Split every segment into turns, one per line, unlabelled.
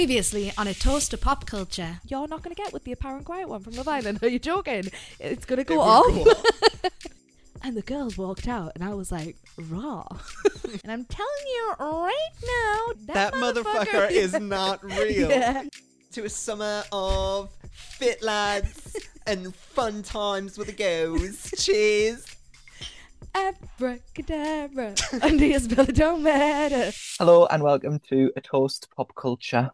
Previously on a toast to pop culture.
You're not going to get with the apparent quiet one from Love Island. Are you joking? It's going to
It
go
will
off.
go off.
and the girls walked out, and I was like, raw. and I'm telling you right now,
that
that,
motherfucker is not real.
Yeah.
To a summer of fit lads and fun times with the girls. Cheers.
Abracadabra. Undies, but it don't matter.
Hello and welcome to A Toast to Pop Culture,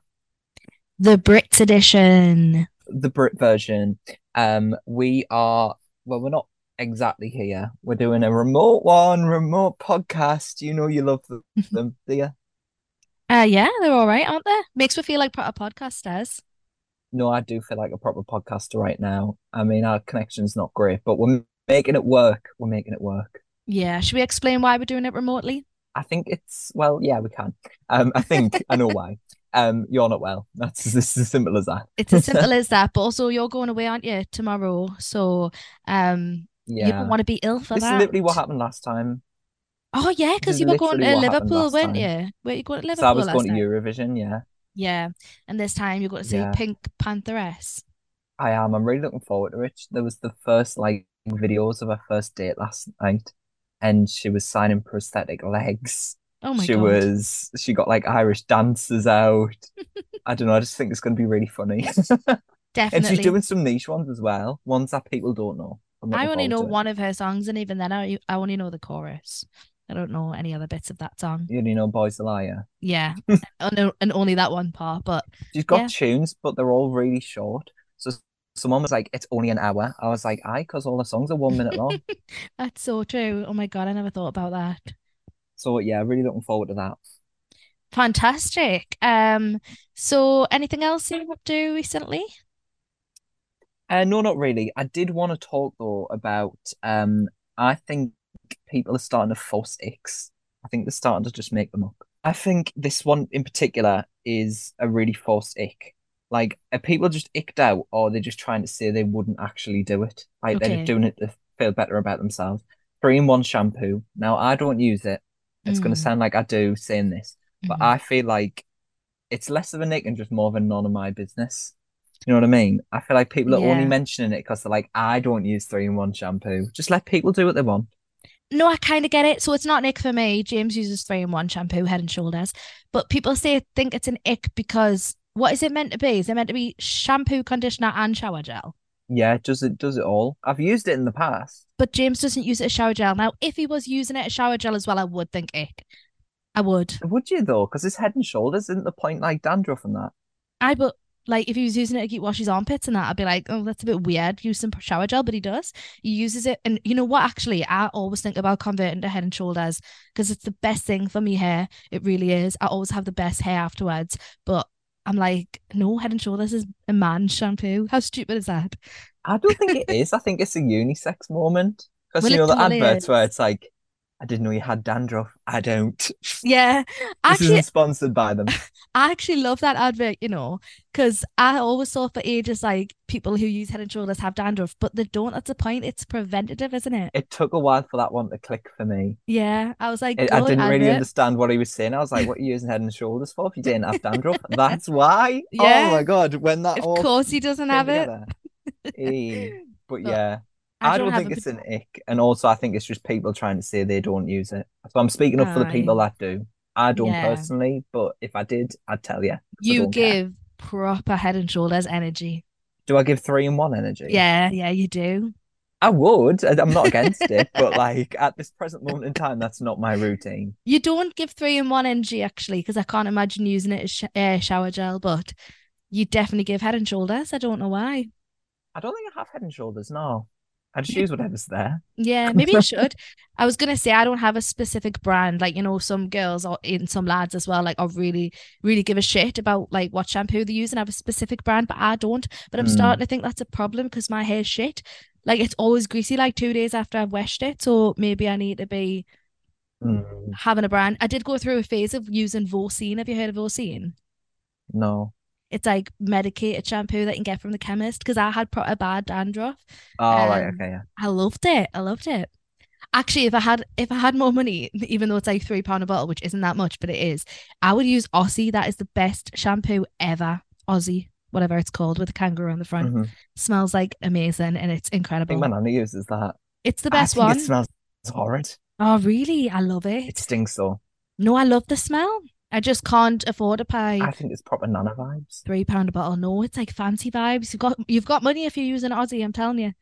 The Brits edition.
the Brit version. Um, we are, well, we're not exactly here. We're doing a remote one, remote podcast. You know you love them, them do you?
Uh, yeah, they're all right, aren't they? Makes me feel like part of podcast does.
No, I do feel like a proper podcaster right now. I mean, our connection's not great, but we're making it work. We're making it work.
Yeah, should we explain why we're doing it remotely?
I think it's, well, yeah, we can. Um, I think I know why. Um, you're not well. That's this is as simple as that.
It's as simple as that. But also, you're going away, aren't you, tomorrow? So, um, you
Yeah.
don't want to be ill for
This is
that.
literally what happened last time.
Oh yeah,
this
because
is
you were going to
literally what happened
Liverpool,
last
weren't
time.
you? Were you going to
So I
Liverpool
was
last
going to
time?
Eurovision, yeah.
Yeah, and this time you're going to see
Yeah.
Pink Pantheress.
I am. I'm really looking forward to it. There was the first like videos of her first date last night, and she was signing prosthetic legs.
Oh my
She
god!
was. She got like Irish dancers out. I don't know. I just think it's going to be really funny, and she's
Definitely.
doing some niche ones as well, ones that people don't know. I'm
I
looking
only
forward
know
to it.
one of her songs, and even then, I I only know the chorus. I don't know any other bits of that song.
You only know Boys a Liar.
Yeah, and, o- and only that one part. But
She's got
Yeah.
tunes, but they're all really short. So s- someone was like, "It's only an hour." I was like, "I," because all the songs are one minute long.
that's so true. Oh my god, I never thought about that.
So yeah, really looking forward to that.
Fantastic. Um, so anything else you want to do recently?
Uh, no, not really. I did want to talk though about um I think people are starting to false icks. I think they're starting to just make them up. I think this one in particular is a really false ick. Like are people just icked out or they're just trying to say they wouldn't actually do it. Like they're
Okay.
just doing it to feel better about themselves. Three in one shampoo. Now I don't use it. It's gonna
Mm.
sound like I do saying this, but
Mhm.
I feel like it's less of an ick and just more of a none of my business. You know what I mean? I feel like people are only
Yeah.
mentioning it because they're like, I don't use three in one shampoo. Just let people do what they want.
No, I kind of get it. So it's not an ick for me. James uses three in one shampoo, head and shoulders. But people say think it's an ick because what is it meant to be? Is it meant to be shampoo, conditioner, and shower gel?
Yeah, it does it does it all. I've used it in the past.
But James doesn't use it as shower gel. Now, if he was using it as shower gel as well, I would think ick. I would.
Would you though? Because it's head and shoulders, isn't the point like dandruff and that?
I but like if he was using it to keep wash his armpits and that, I'd be like, oh, that's a bit weird. Use some shower gel, but he does. He uses it, and you know what? Actually, I always think about converting to Head and Shoulders because it's the best thing for me hair. It really is. I always have the best hair afterwards, but. I'm like, no, Head and Shoulders is a man's shampoo. How stupid is that?
I don't think it is. I think it's a unisex moment. Because
Well,
you
it
know the
totally
adverts where
is.
it's like, I didn't know you had dandruff. I don't. This
Yeah, actually,
isn't sponsored by them.
I actually love that advert, you know, because I always saw for ages like people who use Head and Shoulders have dandruff, but they don't. That's the point. It's preventative, isn't it?
It took a while for that one to click for me.
Yeah, I was like,
It, I
good
didn't really
advert.
understand what he was saying. I was like, "What are you using head and shoulders for? If you didn't have dandruff, that's why."
Yeah.
Oh my god, when that
Of
all
course, he doesn't
came
have it.
together. Eh, But
But
yeah,
I
I
don't
don't
have
think
a
it's an ick, and also I think it's just people trying to say they don't use it. So I'm speaking up for the people that do. I don't
Yeah.
personally, but if I did, I'd tell you.
You
don't care.
give proper head and shoulders energy.
Do I give three in one energy?
Yeah, yeah, you do.
I would. I- I'm not against it, but like at this present moment in time, that's not my routine.
You don't give three in one energy actually, because I can't imagine using it as sh- uh, shower gel. But you definitely give head and shoulders. I don't know why.
I don't think I have head and shoulders. No, I just use whatever's there.
Yeah, maybe you should. I was gonna say I don't have a specific brand. Like you know, some girls or in some lads as well, like are really, really give a shit about like what shampoo they use and have a specific brand, but I don't. But I'm
Hmm.
starting to think that's a problem because my hair's shit. Like it's always greasy like two days after I've washed it. So maybe I need to be
Mm,
having a brand. I did go through a phase of using Vorcine. Have you heard of Vorcine?
no.
It's like medicated shampoo that you can get from the chemist because I had pro- a bad dandruff.
Oh, right,
Um,
okay, yeah.
I loved it. I loved it. Actually, if I had if I had more money, even though it's like three pound a bottle, which isn't that much, but it is, I would use Aussie. That is the best shampoo ever. Aussie, whatever it's called, with a kangaroo on the front,
Mhm.
smells like amazing and it's
I think
incredible.
my nana uses that.
It's the best
I think
one.
It smells horrid.
oh, really? I love it.
It stinks though.
No, I love the smell. I just can't afford to pay
I think it's proper nana vibes.
three pound a bottle. No, it's like fancy vibes. You've got you've got money if you're using Aussie. I'm telling you,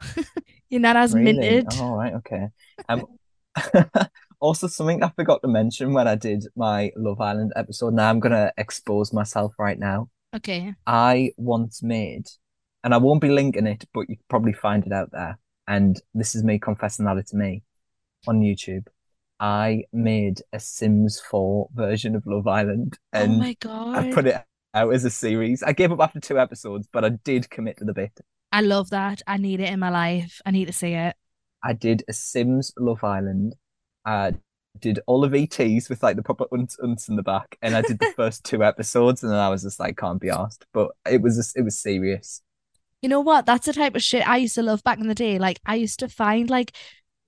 you're not as
Really?
minted.
Oh, right, okay. Um, also, something I forgot to mention when I did my Love Island episode. Now I'm gonna expose myself right now.
Okay,
I once made, and I won't be linking it, but you can probably find it out there. And this is me confessing that it's me on YouTube. I made a Sims 4 version of Love Island,
oh
and
my
I
god,
put it out as a series. I gave up after two episodes, but I did commit to the bit.
I love that. I need it in my life. I need to see it.
I did a Sims Love Island. I did all of ETs with like the proper unts unts in the back, and I did the first two episodes, and then I was just like, can't be asked. But it was just, it was serious.
You know what? That's the type of shit I used to love back in the day. Like I used to find like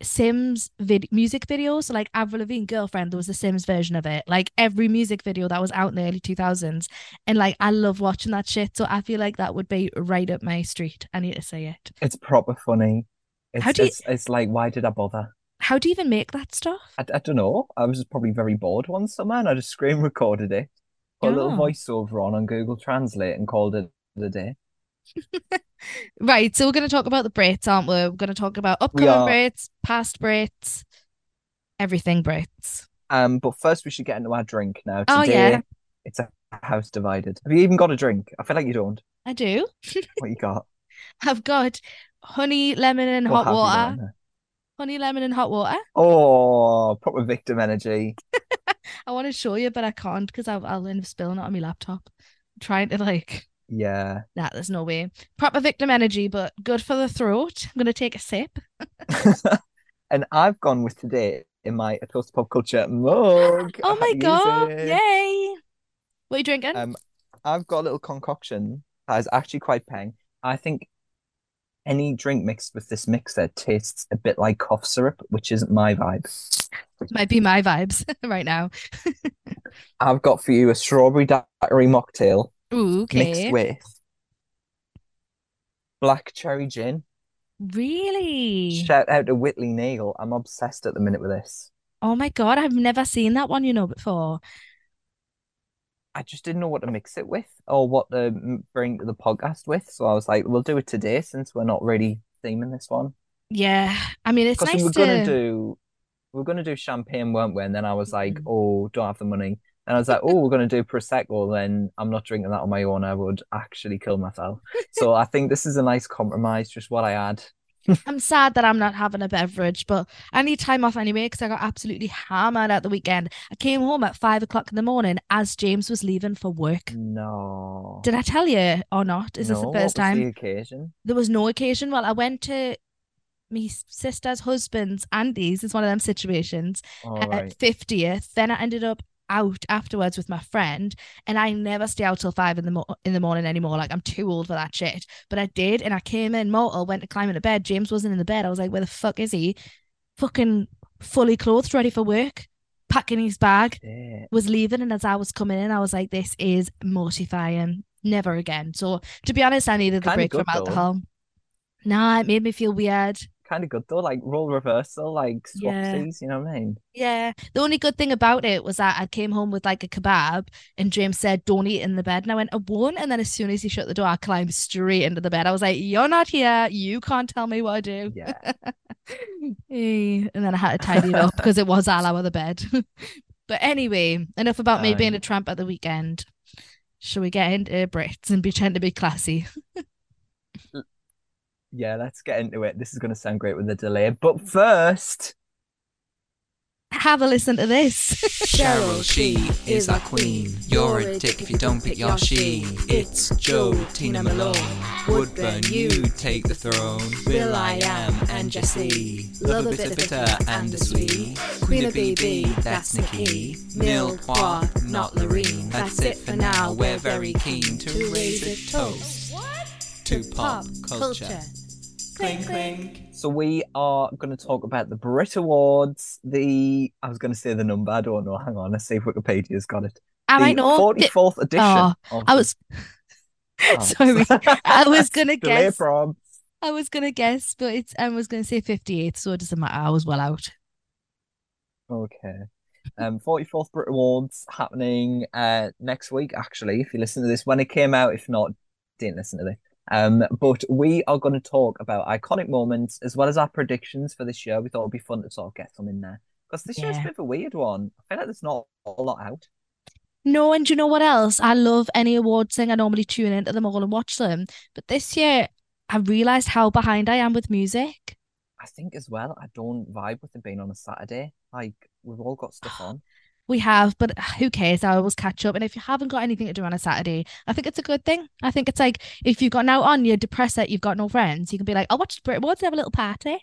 Sims vid- music videos. So like Avril Lavigne girlfriend, there was a Sims version of it. Like every music video that was out in the early two thousands, and like I love watching that shit. So I feel like that would be right up my street. I need to see it.
It's proper funny. It's
How do you-
it's, it's like, why did I bother?
How do you even make that stuff?
I, I don't know. I was probably very bored one summer, and I just screen recorded it, put a little
Yeah.
voiceover on on Google Translate, and called it a day.
Right, so we're going to talk about the Brits, aren't we? We're going to talk about upcoming
are.
Brits, past Brits, everything Brits.
Um, but first we should get into our drink now.
Oh,
Today,
yeah.
it's a house divided. Have you even got a drink? I feel like you don't.
I do.
What you got?
I've got honey, lemon, and
What
hot
have you got
water.
in there?
Honey, lemon, and hot water.
Oh, proper victim energy.
I want to show you, but I can't because I'll, I'll end up spilling it on my laptop. I'm trying to, like,
Yeah.
nah, there's no way. Proper victim energy, but good for the throat. I'm going to take a sip.
and I've gone with today in my A Toast to Pop Culture mug.
Oh my
Happy
God.
music.
Yay. What are you drinking?
Um, I've got a little concoction that is actually quite peng. I think any drink mixed with this mixer tastes a bit like cough syrup, which isn't my vibe.
Might be my vibes right now.
I've got for you a strawberry daiquiri mocktail
Ooh,
mixed
okay.
with black cherry gin.
Really?
Shout out to Whitley Neal. I'm obsessed at the minute with this.
Oh my God, I've never seen that one, you know, before.
I just didn't know what to mix it with or what to m- bring to the podcast with. So I was like, we'll do it today since we're not really theming this one.
Yeah. I mean, it's
Because we
nice
were gonna
to.
do we were gonna do champagne, weren't we? And then I was like,
Mm.
oh, don't have the money. And I was like, oh, we're gonna do prosecco. Then I'm not drinking that on my own. I would actually kill myself. So I think this is a nice compromise, just what I had.
I'm sad that I'm not having a beverage, but I need time off anyway because I got absolutely hammered at the weekend. I came home at five o'clock in the morning as James was leaving for work.
No.
Did I tell you or not? Is this
No,
the
what was
first time?
the occasion?
There was no occasion. Well, I went to my s- sister's husband's, Andy's, is one of them situations.
All
at
Oh, right.
50th then i ended up out afterwards with my friend and i never stay out till five in the mo- in the morning anymore like i'm too old for that shit but i did and i came in mortal went to climb into bed james wasn't in the bed i was like where the fuck is he fucking fully clothed ready for work packing his bag
Yeah.
was leaving and as i was coming in i was like this is mortifying never again so to be honest i needed the
Kinda
break
good
from
though.
alcohol nah it made me feel weird
Kind of good though, like role reversal, like
Yeah.
swapsies, you know what I mean?
Yeah. The only good thing about it was that I came home with like a kebab and James said, Don't eat in the bed. And I went, I won't. And then as soon as he shut the door, I climbed straight into the bed. I was like, You're not here. You can't tell me what to do.
Yeah.
Eh, And then I had to tidy it up because it was our hour of the bed. But anyway, enough about me being
Aye.
a tramp at the weekend. Shall we get into Brits and pretend to be classy?
Yeah, let's get into it. This is going to sound great with the delay, but first,
Have a listen to this.
Cheryl, she is our queen. You're a dick if you don't pick your she. It's Joe, Tina Malone, Woodburn, you take the throne. Will I am and Jesse, love a bit of bitter and a sweet. Queen of BB, that's Nikki. Nil Poir, not Loreen. That's it for now. We're very keen to raise a toast to pop culture. Clink, clink.
So we are going to talk about the Brit Awards. The I was going to say the number. I don't know. Hang on. Let's see if Wikipedia's got it.
I
the
might know. Th-
44th edition.
Oh,
of
I was
the- oh.
sorry. I was gonna
Delay
guess.
prom.
I was gonna guess, but it's I was gonna say fifty eighth, so it doesn't matter. I was well out.
Okay. Um, 44th Brit Awards happening uh next week. Actually, if you listen to this when it came out, if not, didn't listen to this. Um, but we are going to talk about iconic moments as well as our predictions for this year. We thought it'd be fun to sort of get some in there because this year's a
Yeah.
bit of a weird one. I feel like there's not a lot out.
No, and do you know what else? I love any awards thing. I normally tune into them all and watch them. But this year, I realized how behind I am with music.
I think as well, I don't vibe with it being on a Saturday. Like we've all got stuff on.
We have, but uh, who cares? I always catch up. And if you haven't got anything to do on a Saturday, I think it's a good thing. I think it's like if you've got now on, you're depressed that you've got no friends. You can be like, I'll watch the Brit Awards and have a little party.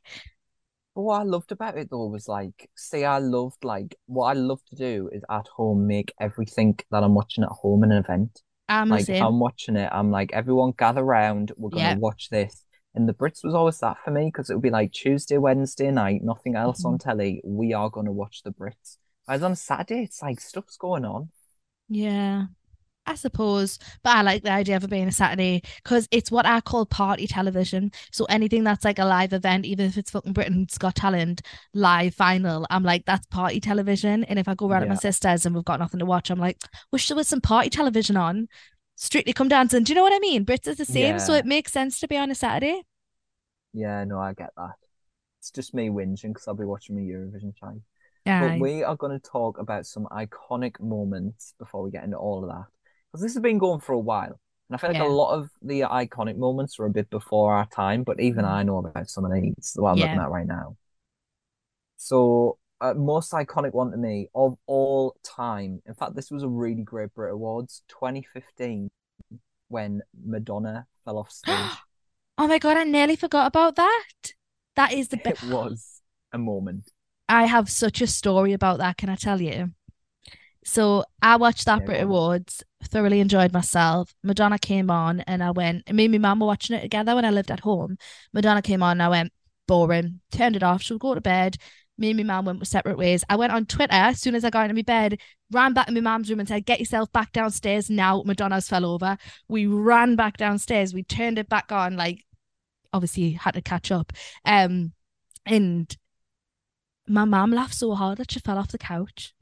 But what I loved about it though was like, say, I loved like what I love to do is at home make everything that I'm watching at home an event.
I'm the
like
same.
I'm watching it. I'm like, everyone gather round. We're gonna
Yeah.
watch this. And the Brits was always that for me because it would be like Tuesday, Wednesday night, nothing else on
Mm-hmm.
telly. We are gonna watch the Brits. Whereas on Saturday, it's like stuff's going on.
Yeah, I suppose. But I like the idea of it being a Saturday because it's what I call party television. So anything that's like a live event, even if it's fucking Britain's Got Talent live final, I'm like, that's party television. And if I go round at my
Yeah.
sister's and we've got nothing to watch, I'm like, wish there was some party television on. Strictly Come Dancing. Do you know what I mean? Brits is the same, so
Yeah.
it makes sense to be on a Saturday.
Yeah, no, I get that. It's just me whinging because I'll be watching my Eurovision channel.
Yeah.
But we are going to talk about some iconic moments before we get into all of that. Because this has been going for a while. And I feel like
Yeah.
a lot of the iconic moments were a bit before our time, but even I know about some of these, the one I'm looking
Mm. Yeah.
at right now. So, uh, most iconic one to me of all time. In fact, this was a really great Brit Awards 2015 when Madonna fell off stage.
Oh my God, I nearly forgot about that. That is the
it
best.
was a moment.
I have such a story about that. Can I tell you? So I watched that
Yeah,
Brit
go on.
Awards, thoroughly enjoyed myself. Madonna came on, and I went. Me and my mum were watching it together when I lived at home. Madonna came on, and I went boring. Turned it off. She'll go to bed. Me and my mum went separate ways. I went on Twitter as soon as I got into my bed, ran back to my mum's room and said, "Get yourself back downstairs now." Madonna's fell over. We ran back downstairs. We turned it back on. Like, obviously, had to catch up. Um, and my mum laughed so hard that she fell off the couch.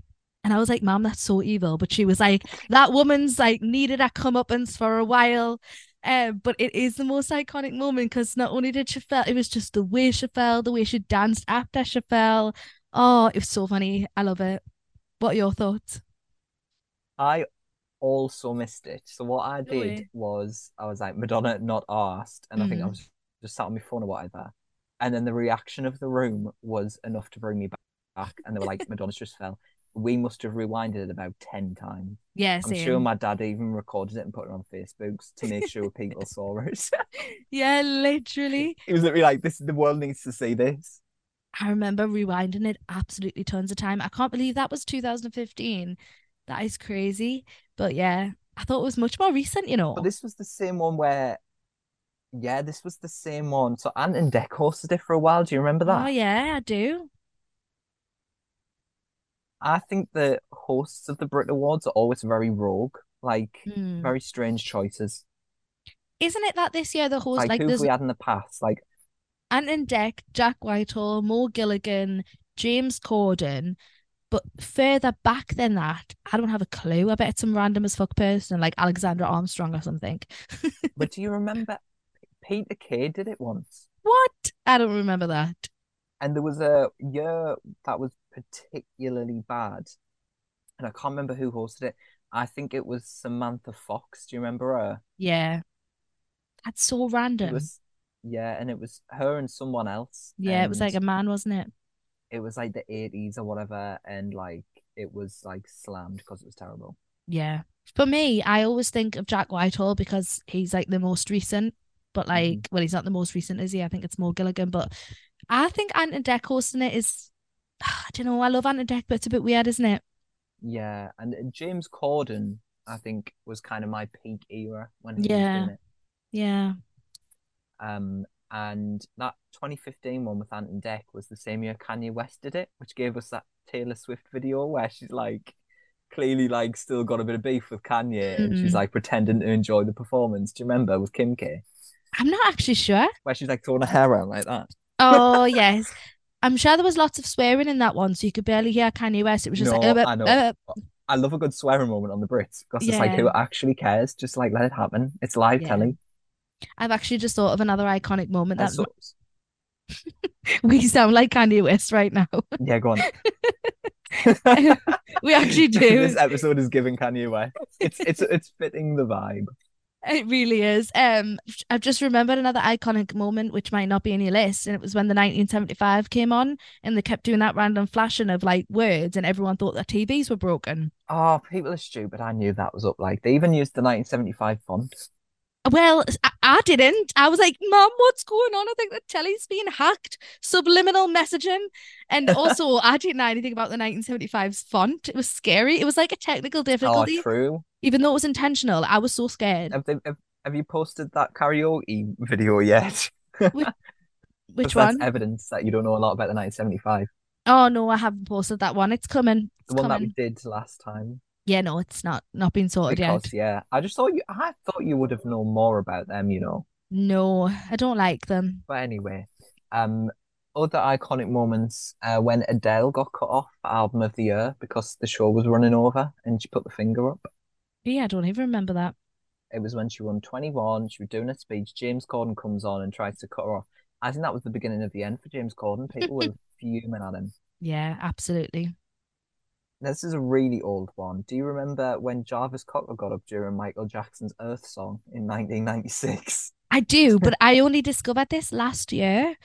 And I was like, Mom, that's so evil. But she was like, that woman's like needed a comeuppance for a while. Uh, but it is the most iconic moment because not only did she fell, it was just the way she fell, the way she danced after she fell. Oh, it was so funny. I love it. What are your thoughts?
I also missed it. So what I did
way.
was I was like Madonna not asked, and I think I
Mhm.
was just sat on my phone or whatever. And then the reaction of the room was enough to bring me ba- back, and they were like, "Madonna's just fell." We must have rewinded it about ten times.
Yeah,
I'm sure my dad even recorded it and put it on Facebook to make sure people saw it.
Yeah, literally.
It was literally like, "This, the world needs to see this."
I remember rewinding it absolutely tons of time. I can't believe that was 2015. That is crazy. But yeah, I thought it was much more recent, you know.
But this was the same one where, yeah, this was the same one. So Ant and Dec hosted it for a while. Do you remember that?
Oh yeah, I do.
I think the hosts of the Brit Awards are always very rogue, like
Hmm.
very strange choices.
Isn't it that this year the host
Like,
like
who have
there's
we had in the past? Like,
Ant and Deck, Jack Whitehall, Mo Gilligan, James Corden, but further back than that, I don't have a clue. I bet it's some random as fuck person like Alexandra Armstrong or something.
but do you remember Peter Kay did it once?
What? I don't remember that.
And there was a year that was particularly bad. And I can't remember who hosted it. I think it was Samantha Fox. Do you remember her?
Yeah. That's so
It
random.
was, yeah, and it was her and someone else.
Yeah, it was
and
like a man, wasn't it?
it was like the 80s or whatever, and like it was like slammed because it was terrible.
Yeah. For me, I always think of Jack Whitehall because he's like the most recent,
Mm-hmm.
but like, well, he's not the most recent, is he? I think it's more Gilligan, but I think Ant and Deck hosting it is, I don't know, I love Ant and Deck, but it's a bit weird, isn't it?
Yeah, and uh, James Corden, I think, was kind of my peak era when he was
Yeah.
doing it.
Yeah.
Um, And that 2015 one with Ant and Deck was the same year Kanye West did it, which gave us that Taylor Swift video where she's like clearly like still got a bit of beef with Kanye and
Hmm.
she's like pretending to enjoy the performance. Do you remember with Kim K?
I'm not actually sure.
Where she's like throwing her hair out like that.
Oh yes. I'm sure there was lots of swearing in that one, so you could barely hear Kanye West. It was just
No,
like, uh,
I know.
uh,
I love a good swearing moment on the Brits because it's like
Yeah.
who actually cares? Just like let it happen. It's live
Yeah.
telly.
I've actually just thought of another iconic moment
And
that
so-
we sound like Kanye West right now.
yeah, go on.
we actually do.
this episode is giving Kanye West. It's it's it's fitting the vibe.
It really is. Um, I've just remembered another iconic moment which might not be in your list, and it was when the 1975 came on, and they kept doing that random flashing of like words, and everyone thought their TVs were broken.
Oh, people are stupid. I knew that was up. Like they even used the 1975 font.
Well, I, I didn't. I was like, "Mom, what's going on? I think the telly's being hacked." Subliminal messaging, and also I didn't know anything about the 1975's font. It was scary. It was like a technical
Oh,
difficulty,
true.
even though it was intentional. I was so scared.
Have, they, have, have you posted that karaoke video yet?
Which
'Cause that's
one?
evidence that you don't know a lot about the 1975.
Oh no, I haven't posted that one. It's coming. It's
The one that
coming.
we did last time.
Yeah, no, it's not not been sorted yet.
Because yeah, I just thought you. I thought you would have known more about them. You know.
No, I don't like them.
But anyway, um, other iconic moments uh, when Adele got cut off for album of the year because the show was running over and she put the finger up.
Yeah, I don't even remember that.
It was when she won 21. She was doing a speech. James Corden comes on and tries to cut her off. I think that was the beginning of the end for James Corden. People were fuming at him.
Yeah, absolutely.
This is a really old one. Do you remember when Jarvis Cocker got up during Michael Jackson's Earth Song in 1996?
I do, but I only discovered this last year.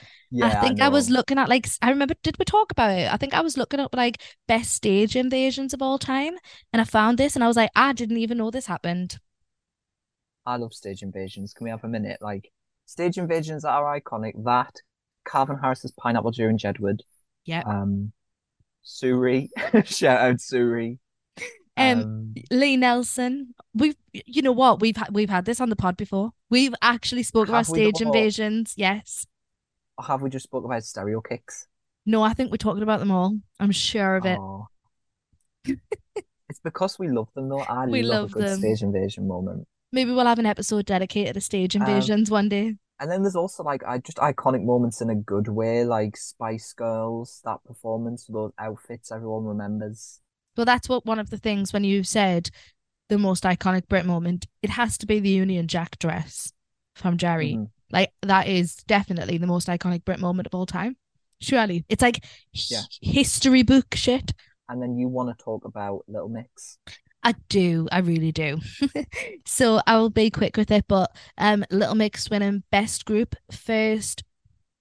Yeah,
I think I, was
know.
looking at like s- I remember did we talk about it? I think I was looking up like best stage invasions of all time and I found this and I was like, "Ah, I didn't even know this happened.
I love stage invasions. Can we have a minute? Like stage invasions that are iconic. That Calvin Harris's pineapple during Jedward.
Yep.
Um, Suri. Shout out Suri.
Um, Lee Nelson, we've you know what? We've ha- we've had this on the pod before. We've actually spoke about
Have we
stage
not?
invasions. Yes.
or have we just spoke about stereo kicks?
No, I think we're talking about them all. I'm sure of it.
Oh. it's because we love them though. I
We love
love, a good
them.
stage invasion moment.
Maybe we'll have an episode dedicated to stage
Um,
invasions one day.
And then there's also like I just iconic moments in a good way, like Spice Girls, that performance, those outfits everyone remembers.
Well, that's what one of the things when you said the most iconic Brit moment, it has to be the Union Jack dress from Jerry.
Mhm.
Like that is definitely the most iconic Brit moment of all time. Surely. It's like h-
Yeah.
history book shit.
And then you want to talk about Little Mix.
I do, I really do. so I will be quick with it, but um, Little Mix winning Best Group, first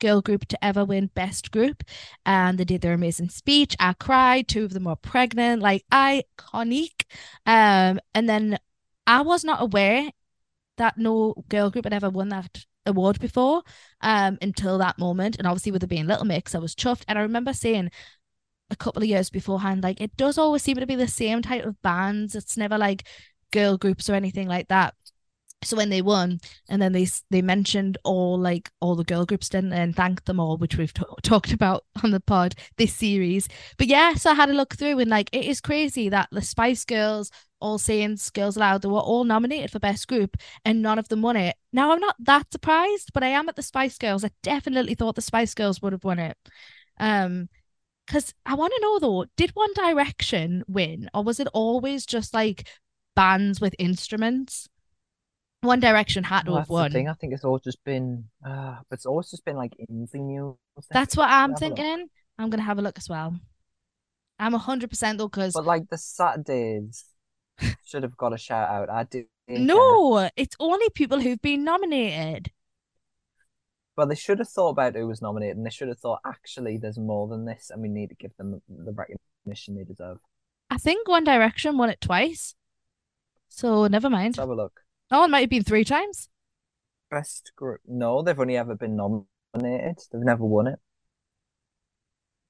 girl group to ever win Best Group, and they did their amazing speech. I cried. Two of them were pregnant, like iconic. Um, and then I was not aware that no girl group had ever won that award before um until that moment and obviously with it being little mix i was chuffed and i remember saying a couple of years beforehand like it does always seem to be the same type of bands it's never like girl groups or anything like that so when they won and then they s- they mentioned all like all the girl groups didn't they, and thanked them all which we've t- talked about on the pod this series but yeah so i had a look through and like it is crazy that the spice girls all saints girls aloud they were all nominated for best group and none of them won it now i'm not that surprised but i am at the spice girls i definitely thought the spice girls would have won it um because I want to know though, did One Direction win, or was it always just like bands with instruments? One Direction had to
Well,
have
that's the
won.
thing. I think it's all just been, uh, it's always just been like indie music.
That's what I'm
Have a look.
thinking. I'm gonna have a look as well. I'm hundred percent though, because
But like the Saturdays should have got a shout out. I do.
no, it's only people who've been nominated.
But they should have thought about who was nominated and they should have thought, actually, there's more than this and we need to give them the recognition they deserve.
I think One Direction won it twice, so never mind.
Let's have a look.
Oh, it might have been three times.
Best group. No, they've only ever been nominated. They've never won it.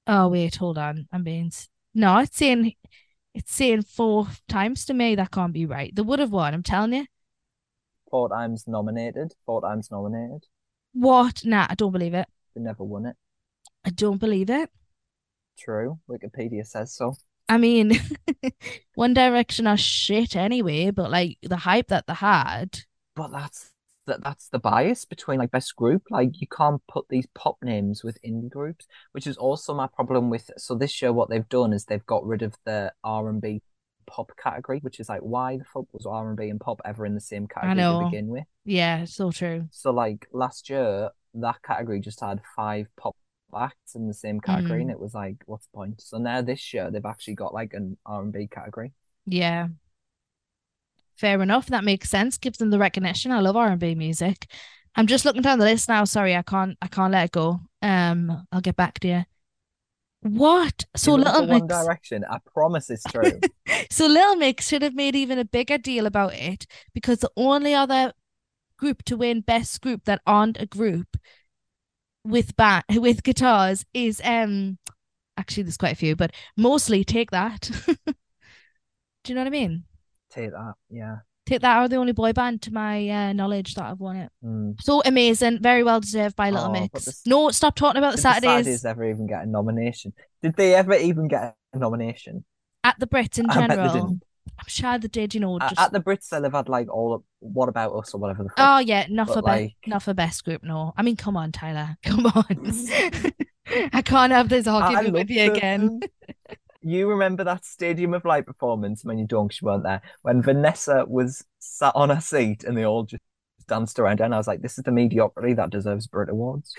Oh wait, hold on. I'm being s- no. It's saying it's saying four times to me. That can't be right. They would have won. I'm telling you.
Four times nominated. Four times nominated.
What? Nah, I don't believe it.
They never won it.
I don't believe it.
True. Wikipedia says so.
I mean, One Direction are shit anyway, but like the hype that they had.
But that's that that's the bias between like best group. Like you can't put these pop names with indie groups, which is also my problem with. So this year, what they've done is they've got rid of the R and B pop category, which is like why the fuck was R and B and pop ever in the same category to
know.
begin with?
Yeah, so true.
So like last year, that category just had five pop acts in the same category,
Mm.
and it was like, what's the point? So now this year, they've actually got like an R and B category.
Yeah. Fair enough. That makes sense. Gives them the recognition. I love R and B music. I'm just looking down the list now. Sorry, I can't I can't let it go. Um, I'll get back to you. What? So
You love
Little
the One
Mix
Direction. I promise it's true.
So Lil Mix should have made even a bigger deal about it because the only other group to win best group that aren't a group with ba- with guitars is um actually there's quite a few, but mostly Take That. Do you know what I mean?
Take that. Yeah.
Take That are the only boy band to my uh, knowledge that have won it.
Mm.
So amazing, very well deserved by Little
Oh, but
Mix.
this-
No, stop talking about the
Did
Saturdays,
the Saturdays ever even get a nomination? Did they ever even get a nomination?
at the Brits in
I bet
general.
they didn't.
I'm sure they did, you know,
A-
just
At the Brits, they'll have had like all of What About Us or whatever the fuck.
Oh yeah, not
But,
for
like-
best, not for best group. No, I mean, come on, Tyler, come on. I can't have this argument
love
with you again.
them. You remember that Stadium of Light performance when you don't, she weren't there, when Vanessa was sat on her seat and they all just danced around her, and I was like, this is the mediocrity that deserves Brit Awards.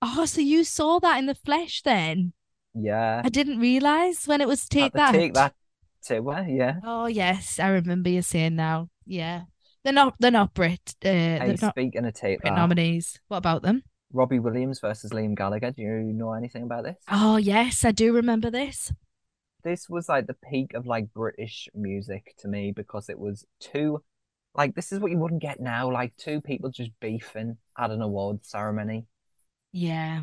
Oh, so you saw that in the flesh then?
Yeah.
I didn't realize when it was take
At the
that.
Take that to where, yeah.
Oh yes, I remember you saying now. Yeah, they're not. They're not Brit. Uh,
Hey,
they're not
speaking of Take
Brit
That,
nominees. What about them?
Robbie Williams versus Liam Gallagher. Do you know anything about this?
Oh yes, I do remember this.
this was like the peak of like British music to me because it was two, like this is what you wouldn't get now, like two people just beefing at an award ceremony.
Yeah.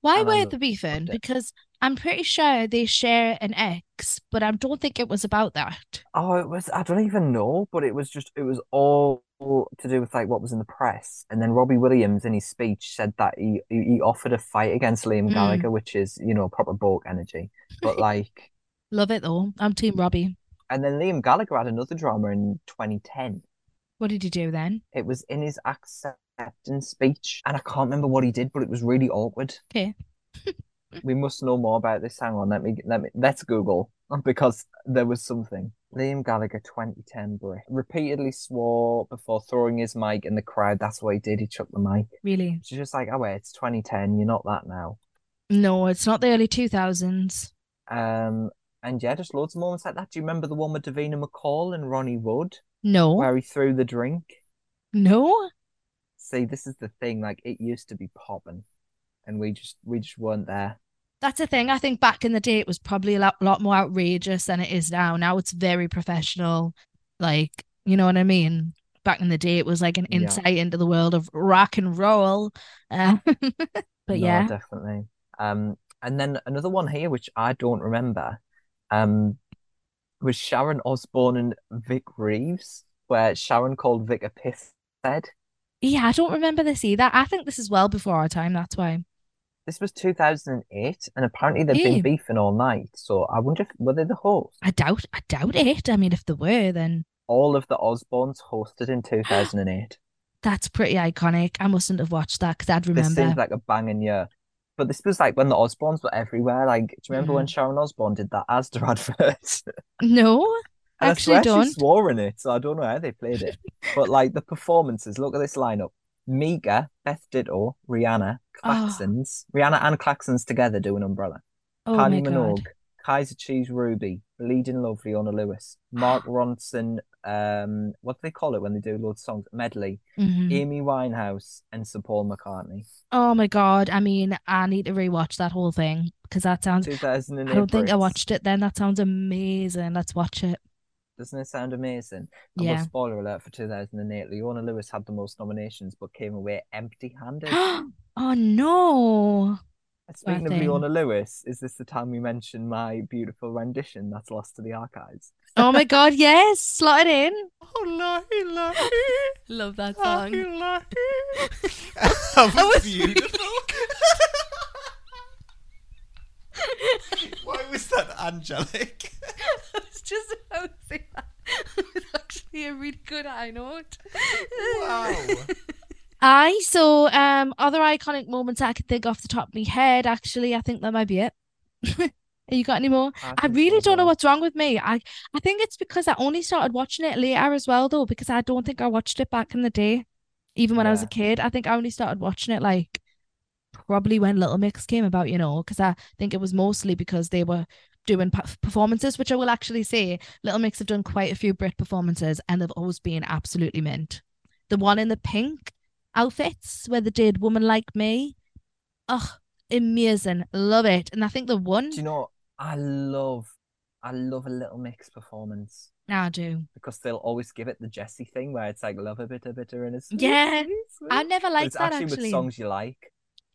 Why
And I
were
loved
they beefing?
it.
Because I'm pretty sure they share an ex, but I don't think it was about that.
Oh, it was, I don't even know, but it was just, it was all to do with like what was in the press. And then Robbie Williams in his speech said that he he offered a fight against Liam
Mm.
Gallagher, which is, you know, proper Bork energy. But like,
Love it though. I'm Team Robbie.
and then Liam Gallagher had another drama in 2010.
What did you do then?
It was in his acceptance speech, and I can't remember what he did, but it was really awkward.
'Kay.
we must know more about this. Hang on, let me let me let's Google because there was something. Liam Gallagher, 2010 Brit, repeatedly swore before throwing his mic in the crowd. That's what he did. He chucked the mic.
Really?
She's just like, oh wait, it's 2010. You're not that now.
No, it's not the early 2000s.
Um, and yeah, just loads of moments like that. Do you remember the one with Davina McCall and Ronnie Wood,
No,
where he threw the drink?
no.
see this is the thing like it used to be popping and we just we just weren't there
That's the thing. I think back in the day, it was probably a lot, lot more outrageous than it is now. Now it's very professional. Like, you know what I mean? Back in the day, it was like an
Yeah.
insight into the world of rock and roll. Um, but
No,
yeah,
definitely um and then another one here which i don't remember um was sharon osbourne and vic reeves where sharon called vic a piss head
yeah, I don't remember this either. I think this is well before our time. That's why.
this was 2008 and apparently they've been
Ew.
beefing all night so i wonder if were they the host
I doubt. I doubt it. I mean, if there were, then
all of the osbournes hosted in 2008
that's pretty iconic. I mustn't have watched that because I'd
this
remember.
seems like a banging year. But this was like when the Osbournes were everywhere. Like, do you remember when
Mm.
Sharon Osbourne did that Asda advert?
No,
And I
Actually
swear
don't.
she swore in it, so I don't know how they played it. but like the performances, look at this lineup: Mika, Beth Ditto, Rihanna, Claxons, Rihanna and Claxons together doing Umbrella.
Ah. oh
Kylie
my
Minogue,
god,
Kaiser Chiefs Ruby, Bleeding Love Leona Lewis, Mark Ronson. Um, what do they call it when they do loads of songs? Medley,
Mhm.
Amy Winehouse, and Sir Paul McCartney.
oh my god. I mean, I need to rewatch that whole thing because that sounds.
2008
I don't think I
Brits.
watched it then. That sounds amazing. Let's watch it.
Doesn't it sound amazing? And well,
Yeah.
spoiler alert for 2008, Leona Lewis had the most nominations but came away empty handed.
oh no.
Speaking of
thing.
Leona Lewis, is this the time we mention my beautiful rendition that's lost to the archives?
Oh my god. Yes, slot it in.
Oh, Lottie, Lottie.
Love that song.
That
was
was beautiful. Why was that angelic?
I was just about to say that. It's actually a really good high note.
Wow.
I so um other iconic moments I could think off the top of my head. Actually, I think that might be it. you got any more? I really don't know what's wrong with me. I I think it's because I only started watching it later as well, though, because I don't think I watched it back in the day, even when I was a
Yeah.
kid. I think I only started watching it like probably when Little Mix came about, you know, because I think it was mostly because they were doing pe- performances, which I will actually say Little Mix have done quite a few Brit performances and they've always been absolutely mint. The one in the pink outfits where they did Woman Like Me. Oh, amazing. Love it. And I think the one.
Do you know? I love, I love a little mix performance
Now I do.
because they'll always give it the Jesse thing where it's like love a bit, a bitter, and it's
Yeah. I never
But
liked
it's
that
actually, with songs you like.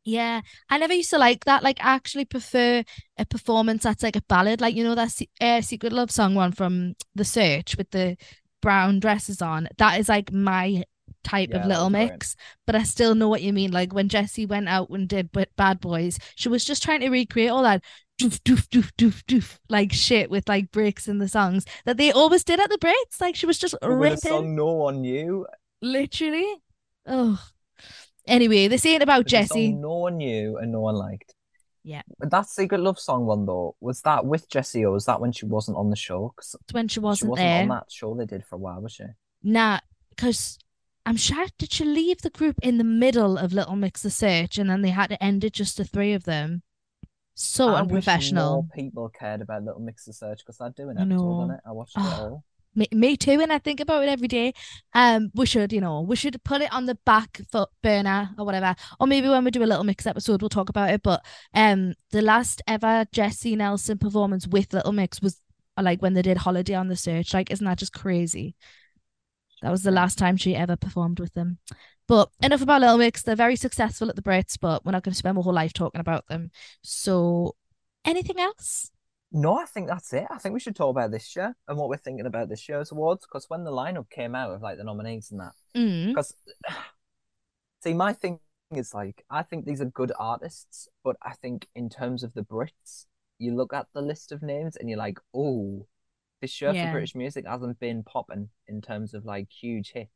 Yeah, I never used to like that. Like, I actually prefer a performance that's like a ballad, like you know that Se- uh, "Secret Love" song one from The Search with the brown dresses on. That is like my type
Yeah,
of
that
Little
was brilliant.
Mix. But I still know what you mean. Like when Jessie went out and did B- Bad Boys, she was just trying to recreate all that doof doof doof doof doof like shit with like breaks in the songs that they always did at the breaks. Like she was just
But with a
ripping.
song no one knew.
Literally. Oh. Anyway, this ain't about
It was a
Jesse.
song no one knew and no one liked.
Yeah.
But that Secret Love song one though, was that with Jessie or was that when she wasn't on the show? 'Cause
It's when she
she
wasn't
wasn't
there.
on that show they did for a while, was she?
Nah, because I'm shocked. Did she leave the group in the middle of Little Mix the Search and then they had to end it just the three of them? So
I wish
unprofessional.
more people cared about Little Mix of Search because I do an
I
episode on
know.
it. I watched it
Ah.
all.
Me, me too, and I think about it every day. Um, we should, you know, we should put it on the back foot burner or whatever, or maybe when we do a little mix episode, we'll talk about it. But um, the last ever Jesse Nelson performance with Little Mix was uh, like when they did Holiday on the Search. Like, isn't that just crazy? That was the last time she ever performed with them. But enough about Little Mix. They're very successful at the Brits, but we're not going to spend my whole life talking about them. So, anything else?
No, I think that's it. I think we should talk about this year and what we're thinking about this year's awards because when the lineup came out of like the nominees and that,
Mm.
because see, my thing is like I think these are good artists, but I think in terms of the Brits, you look at the list of names and you're like, oh, this year
Yeah.
for British music hasn't been popping in terms of like huge hits.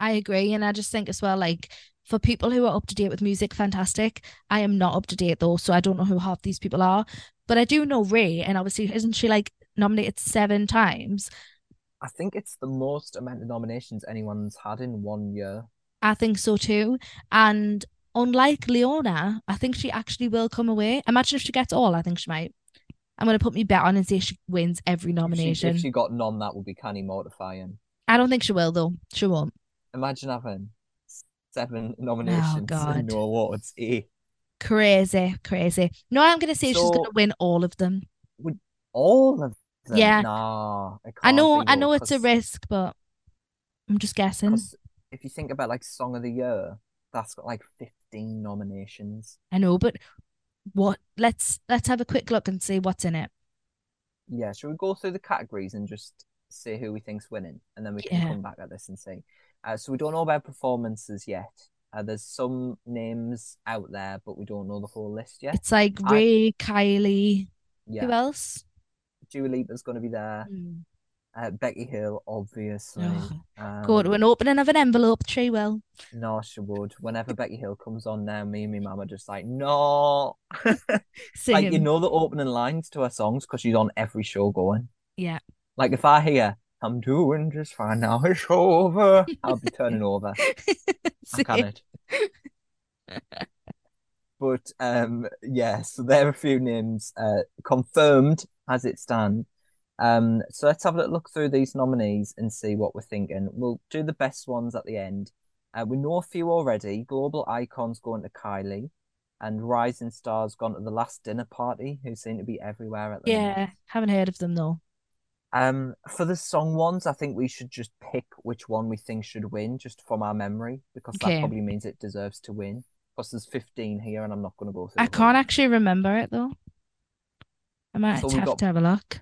I agree. And I just think as well, like for people who are up to date with music, fantastic. I am not up to date though, so I don't know who half these people are. But I do know Ray, and obviously, isn't she like nominated seven times?
I think it's the most amount of nominations anyone's had in one year.
I think so too. And unlike Leona, I think she actually will come away. Imagine if she gets all, I think she might. I'm going to put me bet on and say she wins every
If she-
nomination.
If she got none, that would be canny mortifying.
I don't think she will though. She won't.
Imagine having seven nominations
Oh, God.
and no awards. Eh.
Crazy, crazy. No, I'm going to say she's
So-
going to win all of them.
All of them.
Yeah.
Nah, it
I
can't
know,
be
I
though,
know it's a
'cause-
risk, but I'm just guessing.
'cause if you think about like Song of the Year, that's got like 15 nominations.
I know, but what? Let's let's have a quick look and see what's in it.
Yeah, should we go through the categories and just see who we think's winning, and then we can
Yeah.
come back at this and see. Uh, so we don't know about performances yet. Uh, there's some names out there, but we don't know the whole list yet.
It's like
I-
Ray, Kylie, who
Yeah,
else?
Dua Lipa's going to be there.
Mm.
Uh, Becky Hill, obviously.
Ugh.
Um,
Go to an opening of an envelope, she will.
No, she would. Whenever Becky Hill comes on now, me and my mum are just like, no. Like, you
Same.
know the opening lines to her songs because she's on every show going.
Yeah.
Like, if I hear, I'm doing just fine now, it's over, I'll be turning over. I
Same.
can't. But um, yeah, so there are a few names uh, confirmed as it stands. Um, so let's have a little look through these nominees and see what we're thinking. We'll do the best ones at the end. Uh, we know a few already. Global icons going to Kylie, and rising stars gone to the last dinner party, who seem to be everywhere at the minute.
Yeah, haven't heard of them though.
Um, for the song ones, I think we should just pick which one we think should win, just from our memory, because
Okay.
that probably means it deserves to win. Plus, there's 15 here, and I'm not going to go through.
I
them all.
can't actually remember it though. I might
So
have
we've
to
got-
have a look.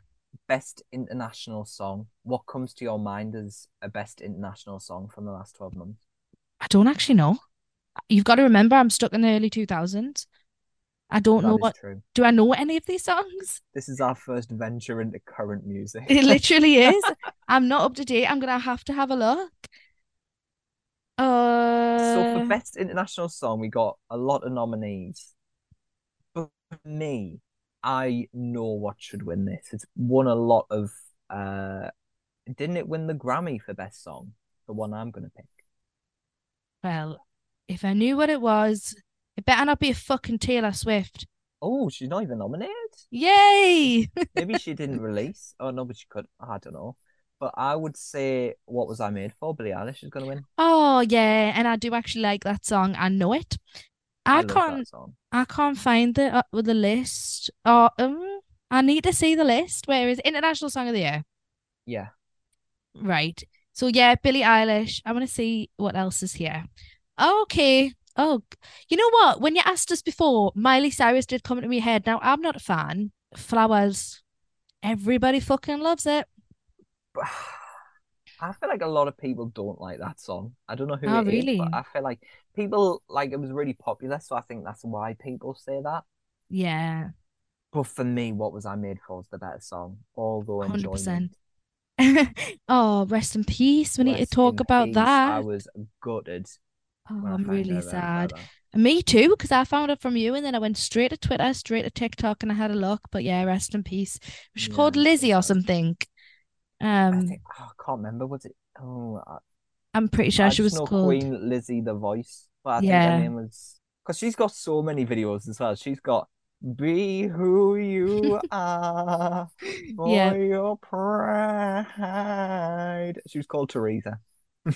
best international song. What comes to your mind as a best international song from the last 12 months?
I don't actually know. You've got to remember, I'm stuck in the early 2000s. I don't
That
know
is
what.
true.
Do I know any of these songs?
This is our first venture into current music.
It literally is. I'm not up to date. I'm gonna have to have a look.
So for
Uh,
best international song, we got a lot of nominees. But for me, I know what should win this. It's won a lot of. uh Didn't it win the Grammy for best song? The one I'm gonna pick.
well, if I knew what it was, it better not be a fucking Taylor Swift.
Oh, she's not even nominated.
Yay!
Maybe she didn't release. Oh no, but she could. I don't know. But I would say, what was I made for? Billie Eilish is gonna win.
Oh yeah, and I do actually like that song. I know it. I,
love
can't.
that song.
I can't find the uh, with the list. Oh, um, I need to see the list. Where is international song of the year?
Yeah,
Right. So yeah, Billie Eilish. I want to see what else is here. Okay. Oh, g- you know what? When you asked us before, Miley Cyrus did come into my head. Now I'm not a fan. Flowers. Everybody fucking loves it.
but I feel like a lot of people don't like that song. I don't know who
Oh,
it is,
really?
but I feel like people like it was really popular, so I think that's why people say that.
Yeah,
But for me, what was I made for is the better song. Although
hundred
enjoyment.
percent. Oh, rest in peace. We need to
Rest
talk
in
about
peace. I
that.
was gutted.
Oh,
when I
I'm
found
really
out about
sad.
that.
Me too, because I found it from you, and then I went straight to Twitter, straight to TikTok, and I had a look. But yeah, rest in peace. She's
Yeah,
called
I'm so
Lizzie or
sad.
something.
I
Um,
think oh, I can't remember. Was it? Oh, I,
I'm pretty sure
I
she
just
was
know
called.
Queen Lizzie the Voice, but
Yeah.
I think her name was because she's got so many videos as well. She's got "Be Who You Are" for
Yeah.
your pride. She was called Teresa.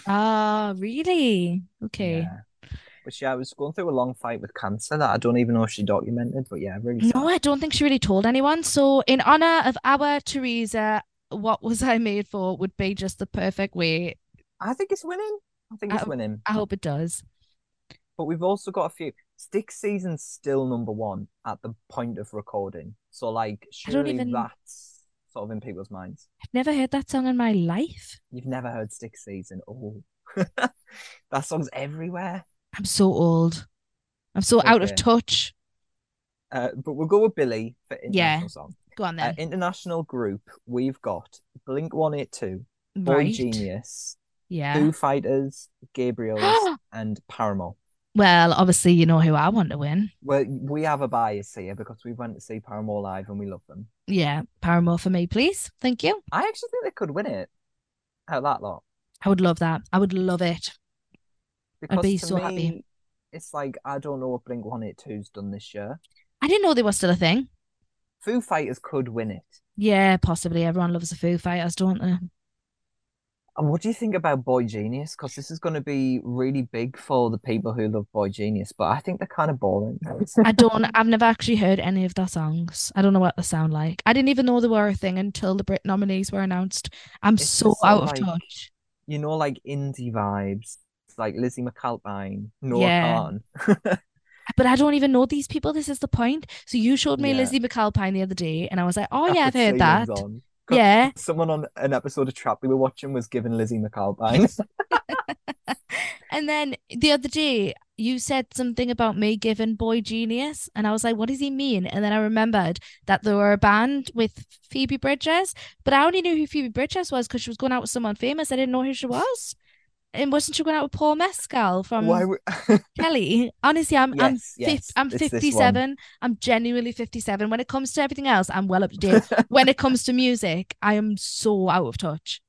Ah, really? Okay.
Yeah. But she, I was going through a long fight with cancer that I don't even know if she documented. But yeah, really
No,
sad.
I don't think she really told anyone. So, in honor of our Teresa, what was I made for would be just the perfect way.
I think it's winning. I think it's
I-
winning.
I hope it does.
But we've also got a few. Stick season's still number one at the point of recording. So like
I don't
surely
even-
that's sort of in people's minds.
I've never heard that song in my life.
You've never heard Stick Season. Oh. that song's everywhere.
I'm so old. I'm so out of
Okay.
touch.
Uh, but we'll go with Billy for international song.
Go on
Uh,
then.
international group, we've got Blink 182, Boy
Right.
Genius,
Yeah.
Foo Fighters, Gabriels, and Paramore.
Well, obviously, you know who I want to win.
Well, we have a bias here because we went to see Paramore live and we love them.
Yeah, Paramore for me, please. Thank you.
I actually think they could win it out of that lot.
I would love that. I would love it.
Because
be
to
so happy.
me, It's like I don't know what Blink 182's done this year.
I didn't know they were still a thing.
Foo Fighters could win it.
Yeah, possibly. Everyone loves the Foo Fighters, don't they?
And what do you think about Boy Genius? Because this is going to be really big for the people who love Boy Genius, but I think they're kind of boring.
I don't. I've never actually heard any of their songs. I don't know what they sound like. I didn't even know they were a thing until the Brit nominees were announced. I'm
It's
so
just sort
out
of
of
like-
touch.
you know, like indie vibes, It's like Lizzie McAlpine, Noah
Yeah.
Khan.
But I don't even know these people. This is the point. So you showed me
Yeah.
Lizzie McAlpine the other day, and I was like, "Oh
I
yeah, I've
put
heard
ceilings
that."
on. 'Cause
Yeah,
Someone on an episode of Trap we were watching was giving Lizzie McAlpine.
and then the other day you said something about me giving boy genius, and I was like, "What does he mean?" And then I remembered that they were a band with Phoebe Bridges, but I only knew who Phoebe Bridges was because she was going out with someone famous. I didn't know who she was. And wasn't she going out with Paul Mescal from
Why? would-
Kelly, honestly, I'm I'm
Yes,
fif-
yes,
I'm
it's this one.
57. I'm genuinely 57. When it comes to everything else, I'm well up to date. when it comes to music, I am so out of touch.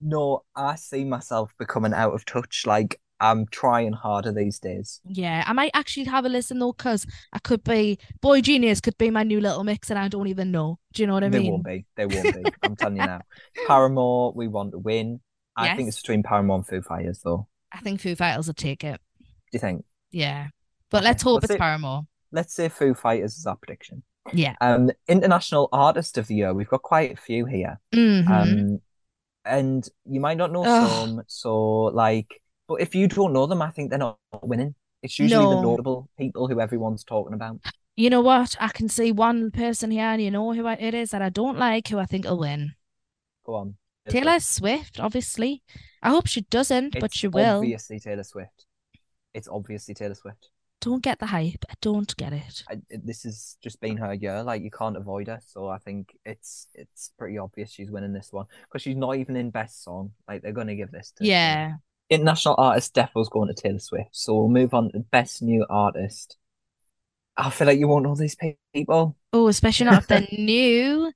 No, I see myself becoming out of touch. Like I'm trying harder these days.
Yeah, I might actually have a listen though, because I could be Boy Genius could be my new little mix, and I don't even know. Do you know what I
they
mean?
won't be. They won't be. I'm telling you now. Paramore, we want to win. I think it's
Yes.
between Paramore and Foo Fighters, though.
I think Foo Fighters will take it.
Do you think?
Yeah, but
Okay,
let's hope
let's
it's
see.
Paramore.
Let's say Foo Fighters is our prediction.
Yeah.
Um, international artist of the year. We've got quite a few here.
Mhm.
Um, and you might not know
Ugh.
some. So, like, but if you don't know them, I think they're not winning. It's usually
No.
the notable people who everyone's talking about.
you know what? I can see one person here, and you know who I, it is that I don't like, who I think will win.
Go on.
Taylor Swift, obviously. I hope she doesn't, but
It's
she will.
Obviously Taylor Swift. It's obviously Taylor Swift.
Don't get the hype. I don't get it.
I, it- this has just been her year. Like you can't avoid her. So I think it's it's pretty obvious she's winning this one because she's not even in best song. Like they're gonna give this to
Yeah.
international artist Defo's going to Taylor Swift. So we'll move on to best new artist. I feel like you won't know these pe- people.
Oh, especially not if they're new.